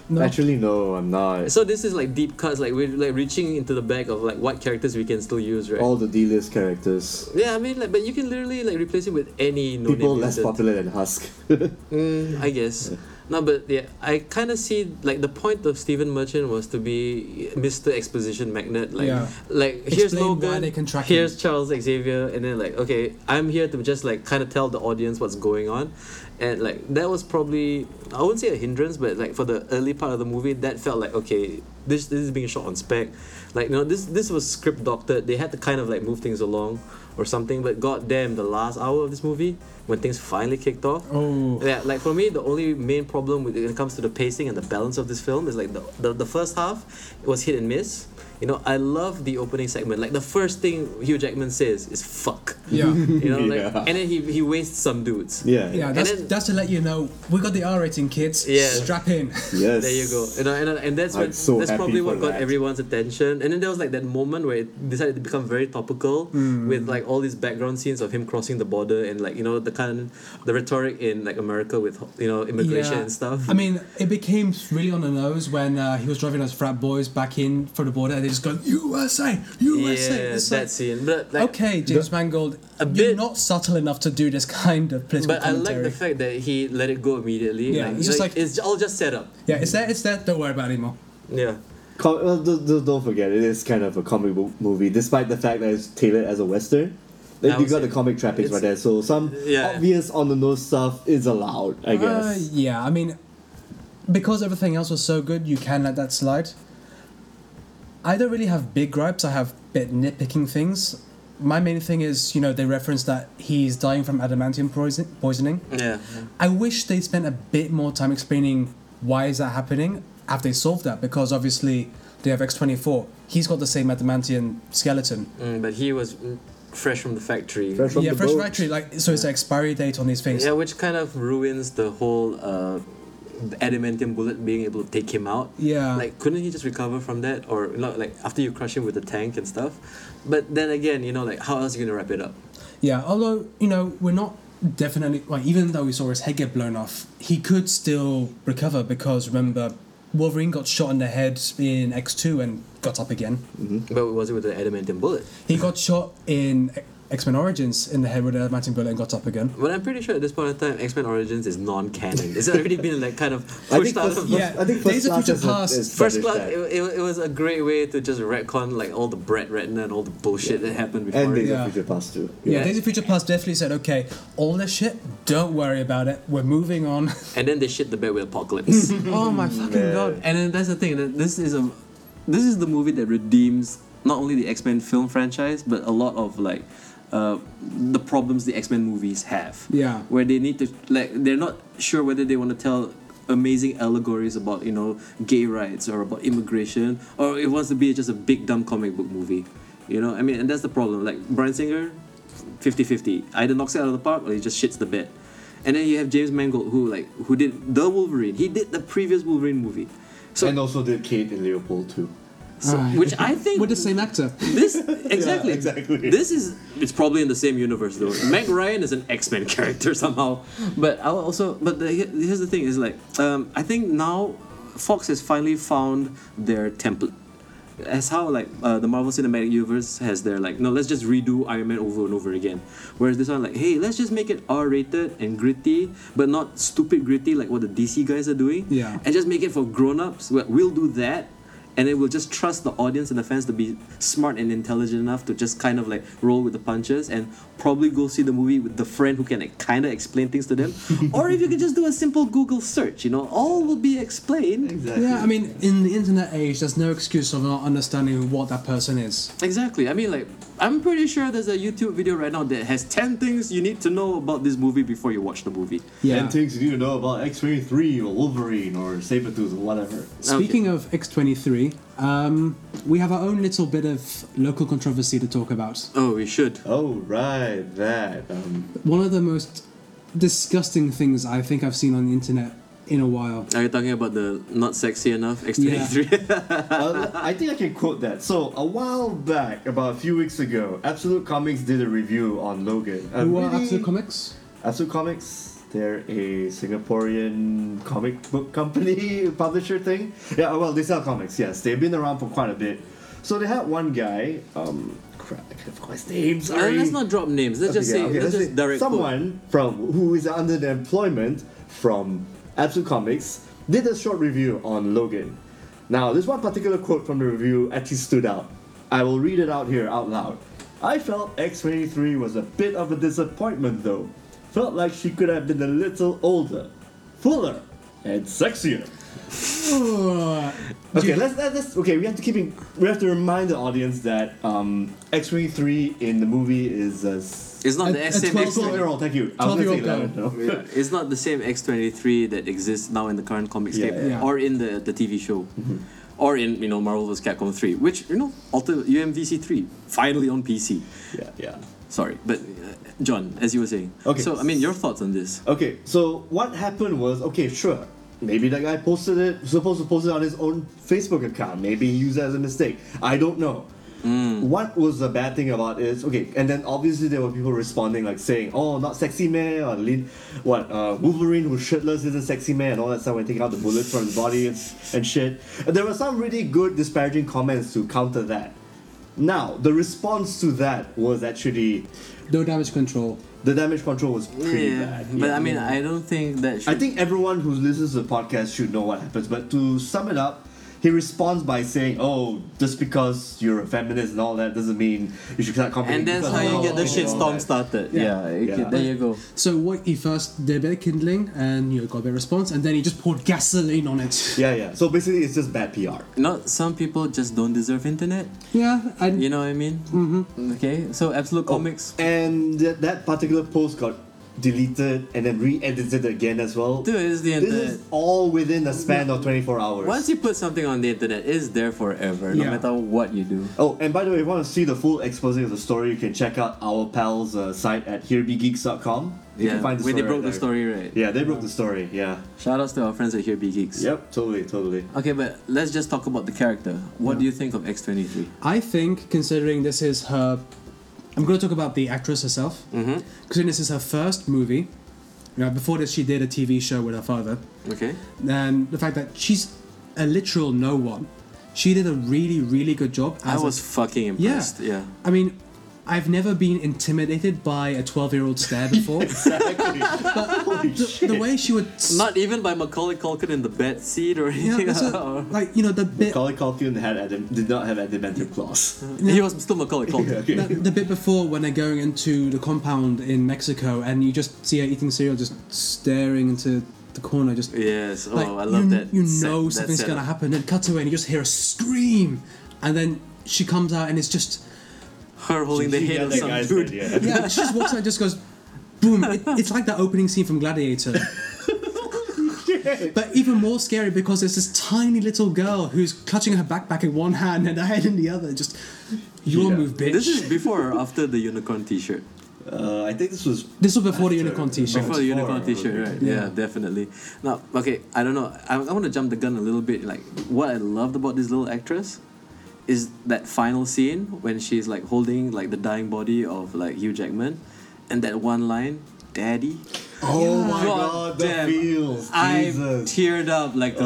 No. Actually, no, I'm not. So this is like deep cuts, like we're like reaching into the bag of like what characters we can still use, right? All the D-list characters. yeah, I mean, like, but you can literally like replace it with any no People name less user. popular than Husk. Mm, I guess. No, but yeah, I kind of see like the point of Stephen Merchant was to be Mr. Exposition Magnet. Like, Yeah. like here's Explain why Logan, they can track here's Charles Xavier, and then like okay, I'm here to just like kind of tell the audience what's going on, and like that was probably I wouldn't say a hindrance, but like for the early part of the movie, that felt like okay, this this is being shot on spec, like you know this this was script doctored. They had to kind of like move things along or something. But goddamn, the last hour of this movie when things finally kicked off. Oh. Yeah, like for me, the only main problem with, when it comes to the pacing and the balance of this film is like the, the, the first half it was hit and miss. You know, I love the opening segment. Like the first thing Hugh Jackman says is "fuck." Yeah. You know, like, Yeah. and then he he wastes some dudes. yeah. Yeah, And that's, then- that's to let you know we got the R rating, kids. Yeah. Strap in. Yes. There you go. You know, and, and that's I'm when so that's happy probably for what got that. everyone's attention. And then there was like that moment where it decided to become very topical Hmm. with like all these background scenes of him crossing the border and like you know the kind the rhetoric in like America with you know immigration and stuff. I mean, it became really on the nose when uh, he was driving those frat boys back in from the border, and they just go USA, USA. yeah, It's like, that scene. But like, okay, James Mangold, a you're bit- not subtle enough to do this kind of political But I like commentary. the fact that he let it go immediately. Yeah, like, it's just like, like- it's all just set up. yeah, it's there. It's there. Don't worry about it anymore. Yeah. Com- well, don't, uh, don't- don't forget, it is kind of a comic book movie, despite the fact that it's tailored as a western. I Like, you would got say the comic trappings it's- right there, so some Yeah. obvious on the nose stuff is allowed, Uh, I guess. yeah, I mean, because everything else was so good, you can let that slide. I don't really have big gripes. I have bit nitpicking things. My main thing is, you know, they reference that he's dying from adamantium poison- poisoning. Yeah. I wish they spent a bit more time explaining why is that happening after they solved that because obviously they have X24. He's got the same adamantian skeleton. Mm, but he was mm, fresh from the factory. Fresh from yeah, the fresh boat. factory like so it's an expiry date on these things. Yeah, which kind of ruins the whole uh, adamantium bullet being able to take him out. Yeah. Like, couldn't he just recover from that? Or, you know, like, after you crush him with the tank and stuff? But then again, you know, like, how else are you going to wrap it up? Yeah, although you know we're not definitely like even though we saw his head get blown off, he could still recover because remember Wolverine got shot in the head in X2 and got up again. Mm-hmm. But was it with an adamantium bullet? He got shot in X Men Origins in the head with an adamantium bullet and got up again. But I'm pretty sure at this point in time, X Men Origins is non-canon. It's already been like kind of I think pushed out first- of. yeah, I think first Days of class Future is a- Past, is First established class, that. it, it, it was a great way to just retcon like all the Brett Ratner and all the bullshit that happened before. and Days Yeah. of Future Past too. Yeah, Yeah. Days of Future Past definitely said, okay, all this shit, don't worry about it. We're moving on. and then they shit the bed with Apocalypse. oh my fucking Yeah. god. and then that's the thing. That this is a, this is the movie that redeems not only the X Men film franchise, but a lot of like, uh, the problems the X Men movies have. Yeah. Where they need to like, they're not sure whether they want to tell amazing allegories about you know gay rights or about immigration, or it wants to be just a big dumb comic book movie. You know, I mean, and that's the problem. Like Brian Singer, 50-50. Either knocks it out of the park or he just shits the bed. And then you have James Mangold who like who did the Wolverine. He did the previous Wolverine movie. So, and also did Kate and Leopold too. so- which I think With the same actor. this exactly exactly. This is it's probably in the same universe though. Meg Ryan is an X Men character somehow, but I will also but the, here's the thing is like um, I think now Fox has finally found their template. As how like uh, the Marvel Cinematic Universe has their like no let's just redo Iron Man over and over again, whereas this one like hey let's just make it R rated and gritty but not stupid gritty like what the DC guys are doing Yeah. and just make it for grown-ups Well, we'll do that and then we'll just trust the audience and the fans to be smart and intelligent enough to just kind of like roll with the punches and probably go see the movie with the friend who can like, kind of explain things to them or if you can just do a simple google search you know all will be explained Exactly. Yeah, I mean, in the internet age, there's no excuse of not understanding what that person is. Exactly. I mean, like, I'm pretty sure there's a YouTube video right now that has 10 things you need to know about this movie before you watch the movie. Yeah. And things you need to know about X-Men 3 or Wolverine or Sabretooth or whatever. Speaking of X23, um, we have our own little bit of local controversy to talk about. Oh, we should. Oh, right, that. Um, One of the most disgusting things I think I've seen on the internet in a while. Are you talking about the not sexy enough X23? uh, I think I can quote that. So, a while back, about a few weeks ago, Absolute Comics did a review on Logan. A Who are Um, really- Absolute Comics? Absolute Comics. They're a Singaporean comic book company publisher thing. Yeah, oh, well, they sell comics. Yes, they've been around for quite a bit. So they had one guy. Um, crap, I can't forget his name. Uh, Sorry. let's not drop names. Let's just Okay, say, okay, let's, let's just say direct quote. someone from who is under the employment from Absolute Comics did a short review on Logan. Now, this one particular quote from the review actually stood out. I will read it out here out loud. I felt X23 was a bit of a disappointment though. Felt like she could have been a little older, fuller, and sexier. Okay, let's, let's, let's okay. We have to keep in, we have to remind the audience that um, X23 in the movie is a s- It's not A- the a same 12 X. year year old, thank you. I was gonna say 12-year-old 11, no. It's not the same X23 that exists now in the current comic Yeah, scape yeah. Mm-hmm. or in the, the TV show. Or in you know Marvel vs. Capcom 3, which you know Ultra UMVC 3 finally on PC. Yeah, yeah. Sorry, but uh, John, as you were saying. Okay. So I mean, your thoughts on this? Okay, so what happened was okay, sure. Maybe that guy posted it, supposed to post it on his own Facebook account. Maybe he used it as a mistake. I don't know. What was the bad thing about it is okay, and then obviously there were people responding like saying, "Oh, not sexy man," or lean, "What uh, Wolverine who's shirtless isn't sexy man," and all that stuff. When taking out the bullets from his body and, and shit. And there were some really good disparaging comments to counter that. Now the response to that was actually No damage control. the damage control was pretty bad. but Yeah. I mean, I don't think that. I Should, think everyone who listens to the podcast should know what happens. But to sum it up, he responds by saying, "Oh, just because you're a feminist and all that doesn't mean you should start and complimenting." that's how people you and get the all shit that." storm started. Yeah, Yeah. okay, there you go. So what he first did a bit of kindling and you know, got a bit of response, and then he just poured gasoline on it. Yeah, yeah. So basically, it's just bad Oh, PR. Not some people just don't deserve internet. Yeah, and You know what I mean? Mm-hmm. Okay, so Absolute Oh. Comics. And that, that particular post got deleted and then re-edited again as well. Dude, it's the this internet. is all within a span of 24 hours. Once you put something on the internet, it's there forever, no Yeah. matter what you do. Oh, and by the way, if you want to see the full exposing of the story, you can check out our pals' uh, site at herebegeeks.com. You yeah, can find the when story they broke out the there. story, right? Yeah, they broke the story. Yeah. Shout outs to our friends at Here Be Geeks. Yep. Totally. Totally. Okay, but let's just talk about the character. What do you think of X23? I think considering this is her, I'm going to talk about the actress herself. Mm-hmm. Considering this is her first movie, you know, before this she did a TV show with her father, Okay. and the fact that she's a literal no one. She did a really, really good job. I as a- was fucking impressed. Yeah. I mean, I've never been intimidated by a 12 year old stare before. Ah, Holy the, shit. the way she would. s- Not even by Macaulay Culkin in the bed seat or yeah, anything. that's a- like, you know, the bit, Macaulay Culkin had adam- did not have adamantium claws. he was still Macaulay Culkin. Okay. the, the bit before when they're going into the compound in Mexico and you just see her eating cereal, just staring into the corner, just. Yes. Oh, like, I love you, that. You set- know that something's setup. going to happen. And cut away and you just hear a scream. And then she comes out and it's just. Her holding the She head got of that some guy's dude. head, yeah. Yeah, she just walks out and just goes, boom. It, it's like that opening scene from Gladiator. but even more scary because there's this tiny little girl who's clutching her backpack in one hand and her head in the other. Just, your Yeah. move, bitch. This is before or after the unicorn T-shirt. Uh, I think this was This was before the unicorn t-shirt. Before the unicorn Before, T-shirt, right? Yeah. Yeah, definitely. Now, okay, I don't know. I, I want to jump the gun a little bit. Like, what I loved about this little actress is that final scene when she's like holding like the dying body of like Hugh Jackman, and that one line, "Daddy." Oh my God god, the damn. feels. I Jesus. teared up like a,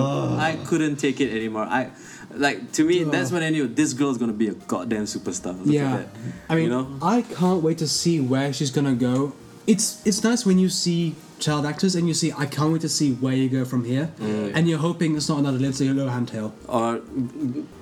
I couldn't take it anymore. I like to me that's when I knew this girl's gonna be a goddamn superstar. Look Yeah, at that. I mean, you know, I can't wait to see where she's gonna go. It's it's nice when you see child actors and you see I can't wait to see where you go from here, Mm. and you're hoping it's not another Lindsay Lohan tale. or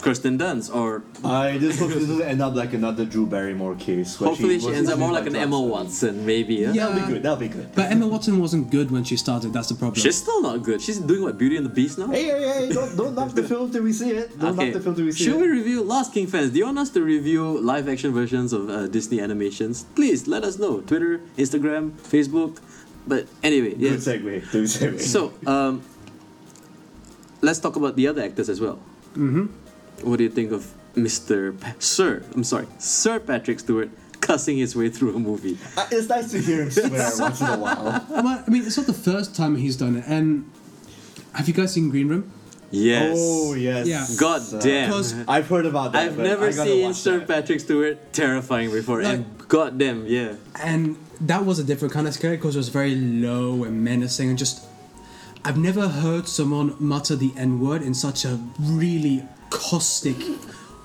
Kirsten Dunst, or I just hope this doesn't end up like another Drew Barrymore case. where hopefully she was ends up more abused like by an drugs. Emma Watson, maybe. Yeah? Yeah. That'll be good. That'll be good. But Emma Watson wasn't good when she started. That's the problem. She's still not good. She's doing what Beauty and the Beast now. Hey, hey, hey! Don't don't knock the film till we see it. Don't knock the film till we see Should it. we review Last King fans? Do you want us to review live action versions of uh, Disney animations? Please let us know. Twitter, Instagram, Facebook. But anyway, Good yes. segue. Good segue. So, um, let's talk about the other actors as well. Mm-hmm. What do you think of Mr. Pa- Sir? I'm sorry, Sir Patrick Stewart cussing his way through a movie. Uh, it's nice to hear him swear once in a while. Well, I mean, it's not the first time he's done it. And have you guys seen Green Room? Yes. Oh yes. Yeah. God damn. Because- I've heard about that. I've but never I gotta seen watch Sir that. Patrick Stewart terrifying before, and Like- goddamn, yeah. And that was a different kind of scary because it was very low and menacing and just. I've never heard someone mutter the N word in such a really caustic,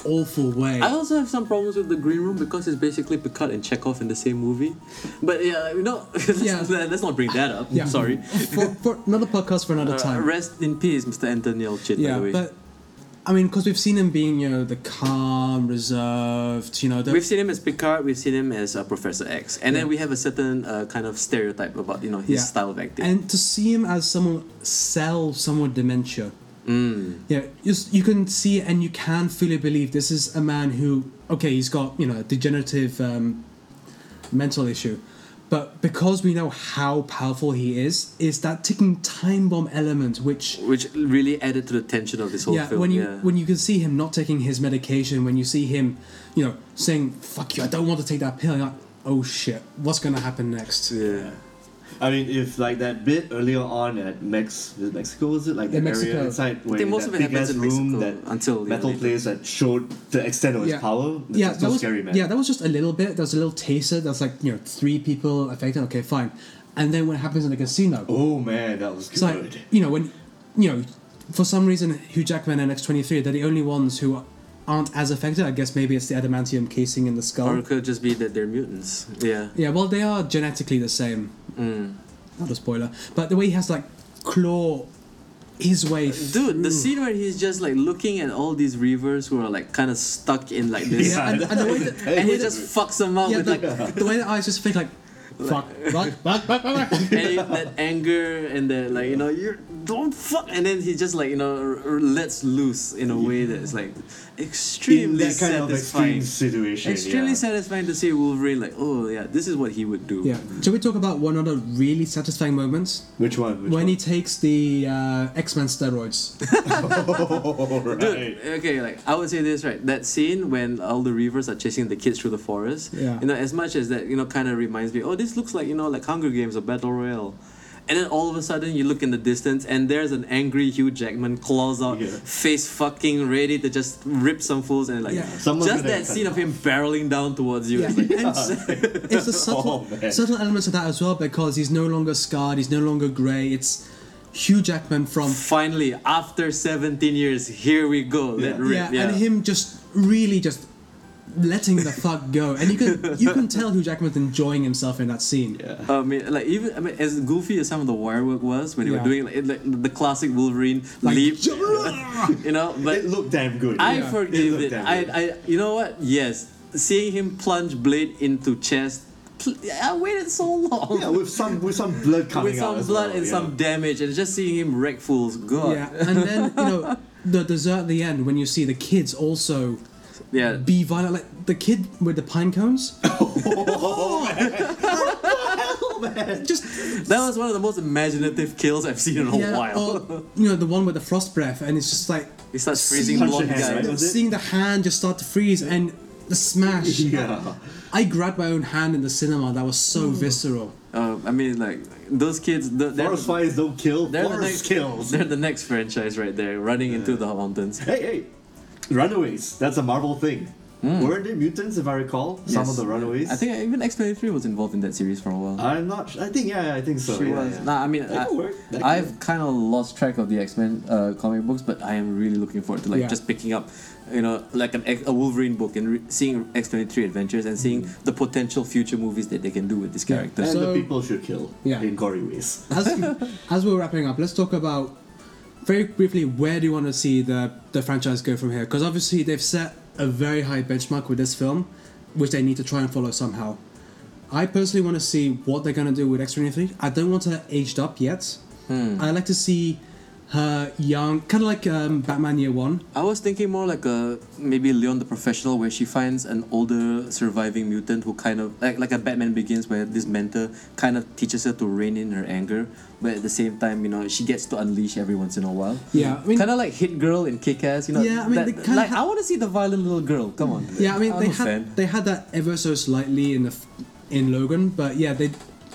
awful way. I also have some problems with the Green Room because it's basically Picard and Chekhov in the same movie. But yeah, you know, let's, Yeah. let's not bring that up. Yeah. Sorry. for, for another podcast for another Uh, time. rest in peace, Mr. Anthony Elchin, by yeah, the way. but I mean, because we've seen him being, you know, the calm, reserved, you know, the, We've seen him as Picard, we've seen him as uh, Professor X, and then we have a certain uh, kind of stereotype about you know his Yeah. style of acting. and to see him as someone sell someone with dementia. Mm. Yeah, you, s- you can see it and you can fully believe this is a man who, okay, he's got you know a degenerative um, mental issue, but because we know how powerful he is, is that ticking time bomb element which. which really added to the tension of this whole yeah, film. when you yeah. when you can see him not taking his medication, when you see him, you know, saying "fuck you," I don't want to take that pill. You're like, oh shit, what's gonna happen next? yeah. I mean, if like that bit earlier on at Mex, is it Mexico was it like Yeah, that Mexico. area inside where think most that of it happens big-ass in room, Mexico that until, yeah, metal later. place that showed the extent of his power. That's yeah, yeah, that was scary, man. yeah, that was just a little bit. There was a little taster. That's like you know, three people affected. Okay, fine. And then what happens in the casino? oh man, that was it's good. like you know when you know for some reason Hugh Jackman and X twenty three they're the only ones who aren't as affected. I guess maybe it's the adamantium casing in the skull. Or it could just be that they're mutants. Yeah. Yeah, well, they are genetically the same. Mm. Not a spoiler, but the way he has like claw his way. Dude, through- Mm. the scene where he's just like looking at all these reavers who are like kind of stuck in like this, Yeah, and, and the way that, and he the- just fucks them up yeah, with the, like the way that I just think like, fuck, fuck, fuck, fuck, fuck, fuck. and he- that anger and that like you know you don't fuck, and then he just like you know r- r- lets loose in a way that's like in extremely that kind of satisfying. extreme situation. extremely yeah. satisfying to see Wolverine like, oh yeah, this is what he would do. Yeah. Shall we talk about one other really satisfying moments? Which one? Which when one? he takes the uh, X Men steroids. oh, Dude, right. okay, like I would say this right. That scene when all the reavers are chasing the kids through the forest. Yeah. You know, as much as that, you know, kind of reminds me. Oh, this looks like you know, like Hunger Games or Battle Royale. And then all of a sudden, you look in the distance, and there's an angry Hugh Jackman, claws out, Yeah. face fucking ready to just rip some fools, and like Yeah. Someone's just gonna that cut scene of him barreling down towards you. Yeah. It's like, it's the subtle, Oh, man. subtle elements of that as well because he's no longer scarred, he's no longer grey. It's Hugh Jackman from um, Finally, after 17 years, here we go. Let Yeah. rip. yeah, and him just really just letting the fuck go, and you can you can tell Hugh Jackman's enjoying himself in that scene. Yeah. I mean, like even I mean, as goofy as some of the wire work was when they Yeah. were doing like, it- like the classic Wolverine Like, leap, "Jabra!" you know. But it looked damn good. I Yeah. forgave It it. looked that way. I, I, you know what? Yes, seeing him plunge blade into chest, pl- I waited so long yeah, with some with some blood coming with out. some as blood well, and yeah. some damage, and just seeing him wreck fools. God, Yeah, and then you know the dessert at the end when you see the kids also yeah. be violent, like the kid with the pine cones. Just That was one of the most imaginative kills I've seen in a yeah, while. or you know the one with the frost breath, and it's just like he starts freezing Punch blonde your hand, guy. right? Was it? seeing the hand just start to freeze and the smash. Yeah. I grabbed my own hand in the cinema. That was so visceral. Uh, I mean, like those kids. The, they're, Forest fires don't kill. they're the Forest next, kills. They're the next franchise right there, running into the mountains. Hey, hey, Runaways. That's a Marvel thing. Weren't they mutants, if I recall? Some of Hmm. Yes. the Runaways. I think even X23 was involved in that series for a while. I'm not. Sh- I think yeah. I think so. She Oh, yeah, was. yeah. Nah, I mean, That could work. That could I, I've kind of lost track of the X Men uh, comic books, but I am really looking forward to like Yeah. just picking up, you know, like an, X- a Wolverine book and re- seeing X twenty three adventures and seeing Mm. the potential future movies that they can do with this Yeah. character. And So- the people should kill Yeah. in gory ways. As, as we're wrapping up, let's talk about very briefly where do you want to see the, the franchise go from here? Because obviously they've set a very high benchmark with this film, which they need to try and follow somehow. I personally want to see what they're going to do with X23. I don't want her aged up yet. I like to see her young, kind of like um, Batman Year One. I was thinking more like a maybe Leon the Professional, where she finds an older surviving mutant who kind of like like a Batman Begins, where this mentor kind of teaches her to rein in her anger, but at the same time, you know, she gets to unleash every once in a while. Yeah, I mean- kind of like Hit Girl in Kick Ass, you know. Yeah, I mean, that- they kinda like ha- I want to see the violent little girl. Come on. Yeah, I mean I'm they a had fan. they had that ever so slightly in the f- in Logan, but yeah, they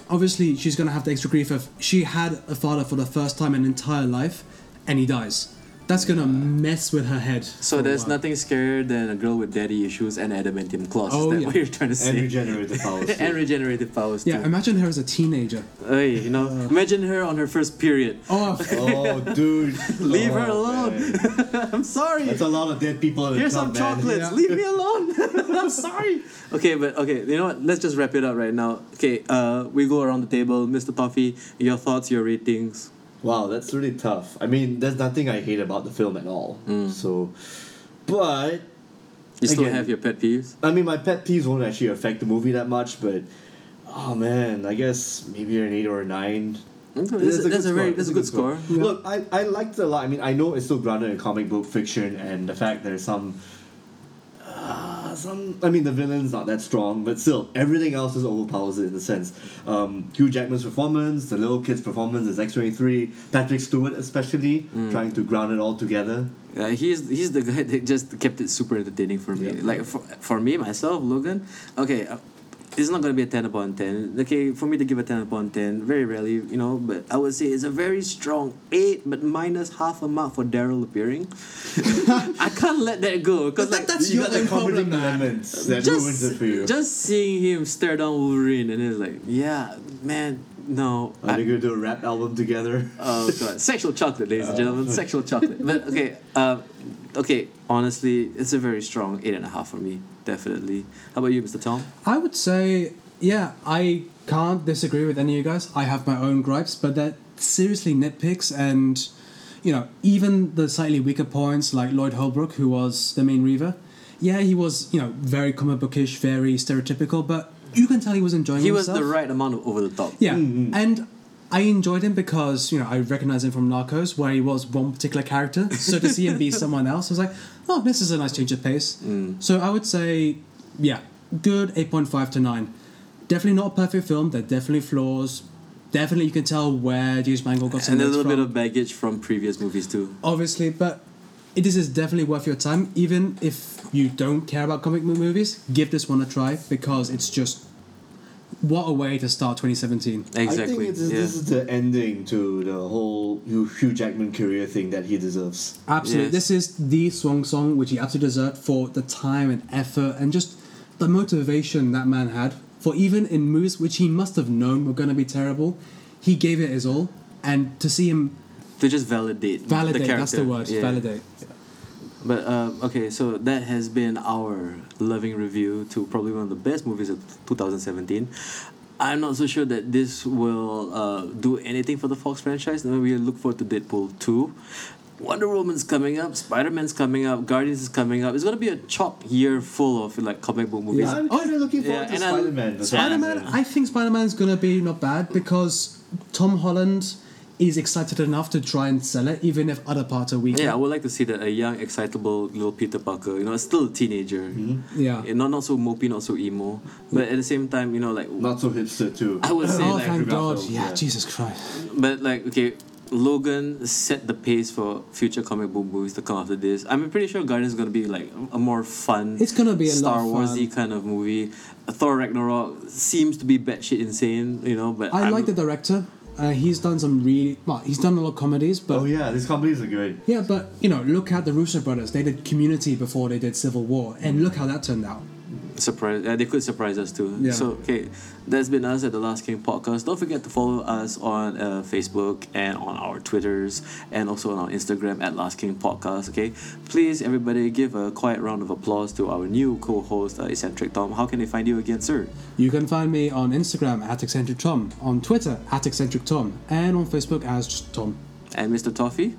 obviously she's gonna have the extra grief of she had a father for the first time in her entire life, and he dies. That's gonna mess with her head. So for a there's while. nothing scarier than a girl with daddy issues and adamantium claws. Oh, Is that yeah. what you're trying to say? And regenerate the powers. and regenerative powers Yeah, too. imagine her as a teenager. Hey, you know, imagine her on her first period. Oh, f- oh, dude. Leave her Oh, alone. man. I'm sorry. That's a lot of dead people in the Here's club, some man. chocolates. Yeah. Leave me alone. I'm sorry. Okay, but okay, you know what? Let's just wrap it up right now. Okay, uh, we go around the table. Mr. Puffy, your thoughts, your ratings. Wow, that's really tough. I mean, there's nothing I hate about the film at all. So, but You still Again. have your pet peeves? I mean, my pet peeves won't actually affect the movie that much. But oh man, I guess maybe an eight or a nine. Okay, It's that's, a, that's a very that's a good score. Look, I, I liked it a lot. I mean, I know it's still grounded in comic book fiction, and the fact there's some. Uh, some, I mean, the villain's not that strong, but still, everything else just overpowers it in a sense. Um, Hugh Jackman's performance, the little kid's performance as X23, Patrick Stewart especially, Mm. trying to ground it all together. Uh, he's he's the guy that just kept it super entertaining for me. Yeah. Like for, for me myself, Logan. Okay, uh, it's not gonna be a ten upon ten. Okay, for me to give a ten upon ten, very rarely, you know. But I would say it's a very strong eight, but minus half a mark for Daryl appearing. I can't let that go because But that- like that's you your got the own comedy problem, man. elements that ruins it for you. just seeing him stare down Wolverine and it's like, yeah, man, no. Are they gonna do a rap album together? Oh god, sexual chocolate, ladies Uh, and gentlemen, sexual chocolate. But okay, uh, okay. Honestly, it's a very strong eight and a half for me, definitely. How about you, Mr. Tom? I would say, yeah, I can't disagree with any of you guys. I have my own gripes, but they're seriously nitpicks and. You know, even the slightly weaker points, like Lloyd Holbrook, who was the main Reaver, yeah, he was, you know, very comic bookish, very stereotypical, but you can tell he was enjoying He was himself. the right amount of over the top. Yeah, Mm-hmm. and I enjoyed him because you know I recognize him from Narcos, where he was one particular character. So to see him be someone else, I was like, oh, this is a nice change of pace. Mm. So I would say, yeah, good eight point five to nine. Definitely not a perfect film. There are definitely flaws. Definitely, you can tell where James Mangold got some And a notes little bit from, of baggage from previous movies too. obviously, but. it- This is definitely worth your time, even if you don't care about comic book movies. Give this one a try because it's just what a way to start 2017. I Exactly. think it's, yeah. this is the ending to the whole Hugh Hugh Jackman career thing that he deserves. Absolutely. Yes. This is the Swong song which he absolutely deserved for the time and effort and just the motivation that man had for even in movies which he must have known were going to be terrible, he gave it his all. And to see him to just validate, Validate, the character. that's the word. Yeah. Validate. But um, okay, so that has been our loving review to probably one of the best movies of 2017. I'm not so sure that this will uh, do anything for the Fox franchise. Then we look forward to Deadpool 2. Wonder Woman's coming up, Spider Man's coming up, Guardians is coming up. It's gonna be a chop year full of like comic book movies. I'm kind of looking forward Oh, Yeah, to and I- Spider Man. Spider Man, I think Spider Man's gonna be not bad because Tom Holland is excited enough to try and sell it, even if other parts are weak. Yeah, I would like to see that a young, excitable little Peter Parker, you know, still a teenager. Yeah. Yeah, Not, not so mopey, not so emo. But at the same time, you know, like, Not so hipster too. I would say, Oh, like, thank God. Garfield, Yeah, yeah. Jesus Christ. But like, okay, Logan set the pace for future comic book movies to come after this. I'm pretty sure Guardians is gonna be like a more fun. It's gonna be a lot Star of Warsy fun. kind of movie. Thor Ragnarok seems to be batshit insane, you know. But I I'm- like the director. Uh, he's done some really. Well, he's done a lot of comedies, but. oh yeah, these companies are great. Yeah, but you know, look at the Russo brothers. They did Community before they did Civil War, and look how that turned out. surprise. Uh, they could surprise us too. Yeah. So okay, that's been us at the Last King podcast. Don't forget to follow us on uh, Facebook and on our Twitters and also on our Instagram at Last King Podcast. Okay, please everybody give a quiet round of applause to our new co-host uh, Eccentric Tom. How can they find you again, sir? You can find me on Instagram at eccentric tom, on Twitter at eccentric tom, and on Facebook as just Tom. And Mr. Toffee.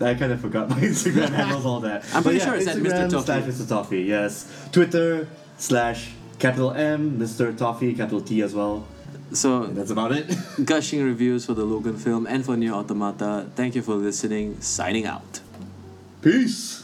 I kind of forgot my Instagram handles all that. I'm But pretty yeah, sure it's at Mr. Instagram Toffee. Slash Mr. Toffee, yes. Twitter slash capital M, Mr. Toffee, capital T as well. So That's about it. gushing reviews for the Logan film and for Near Automata. Thank you for listening. Signing out. Peace.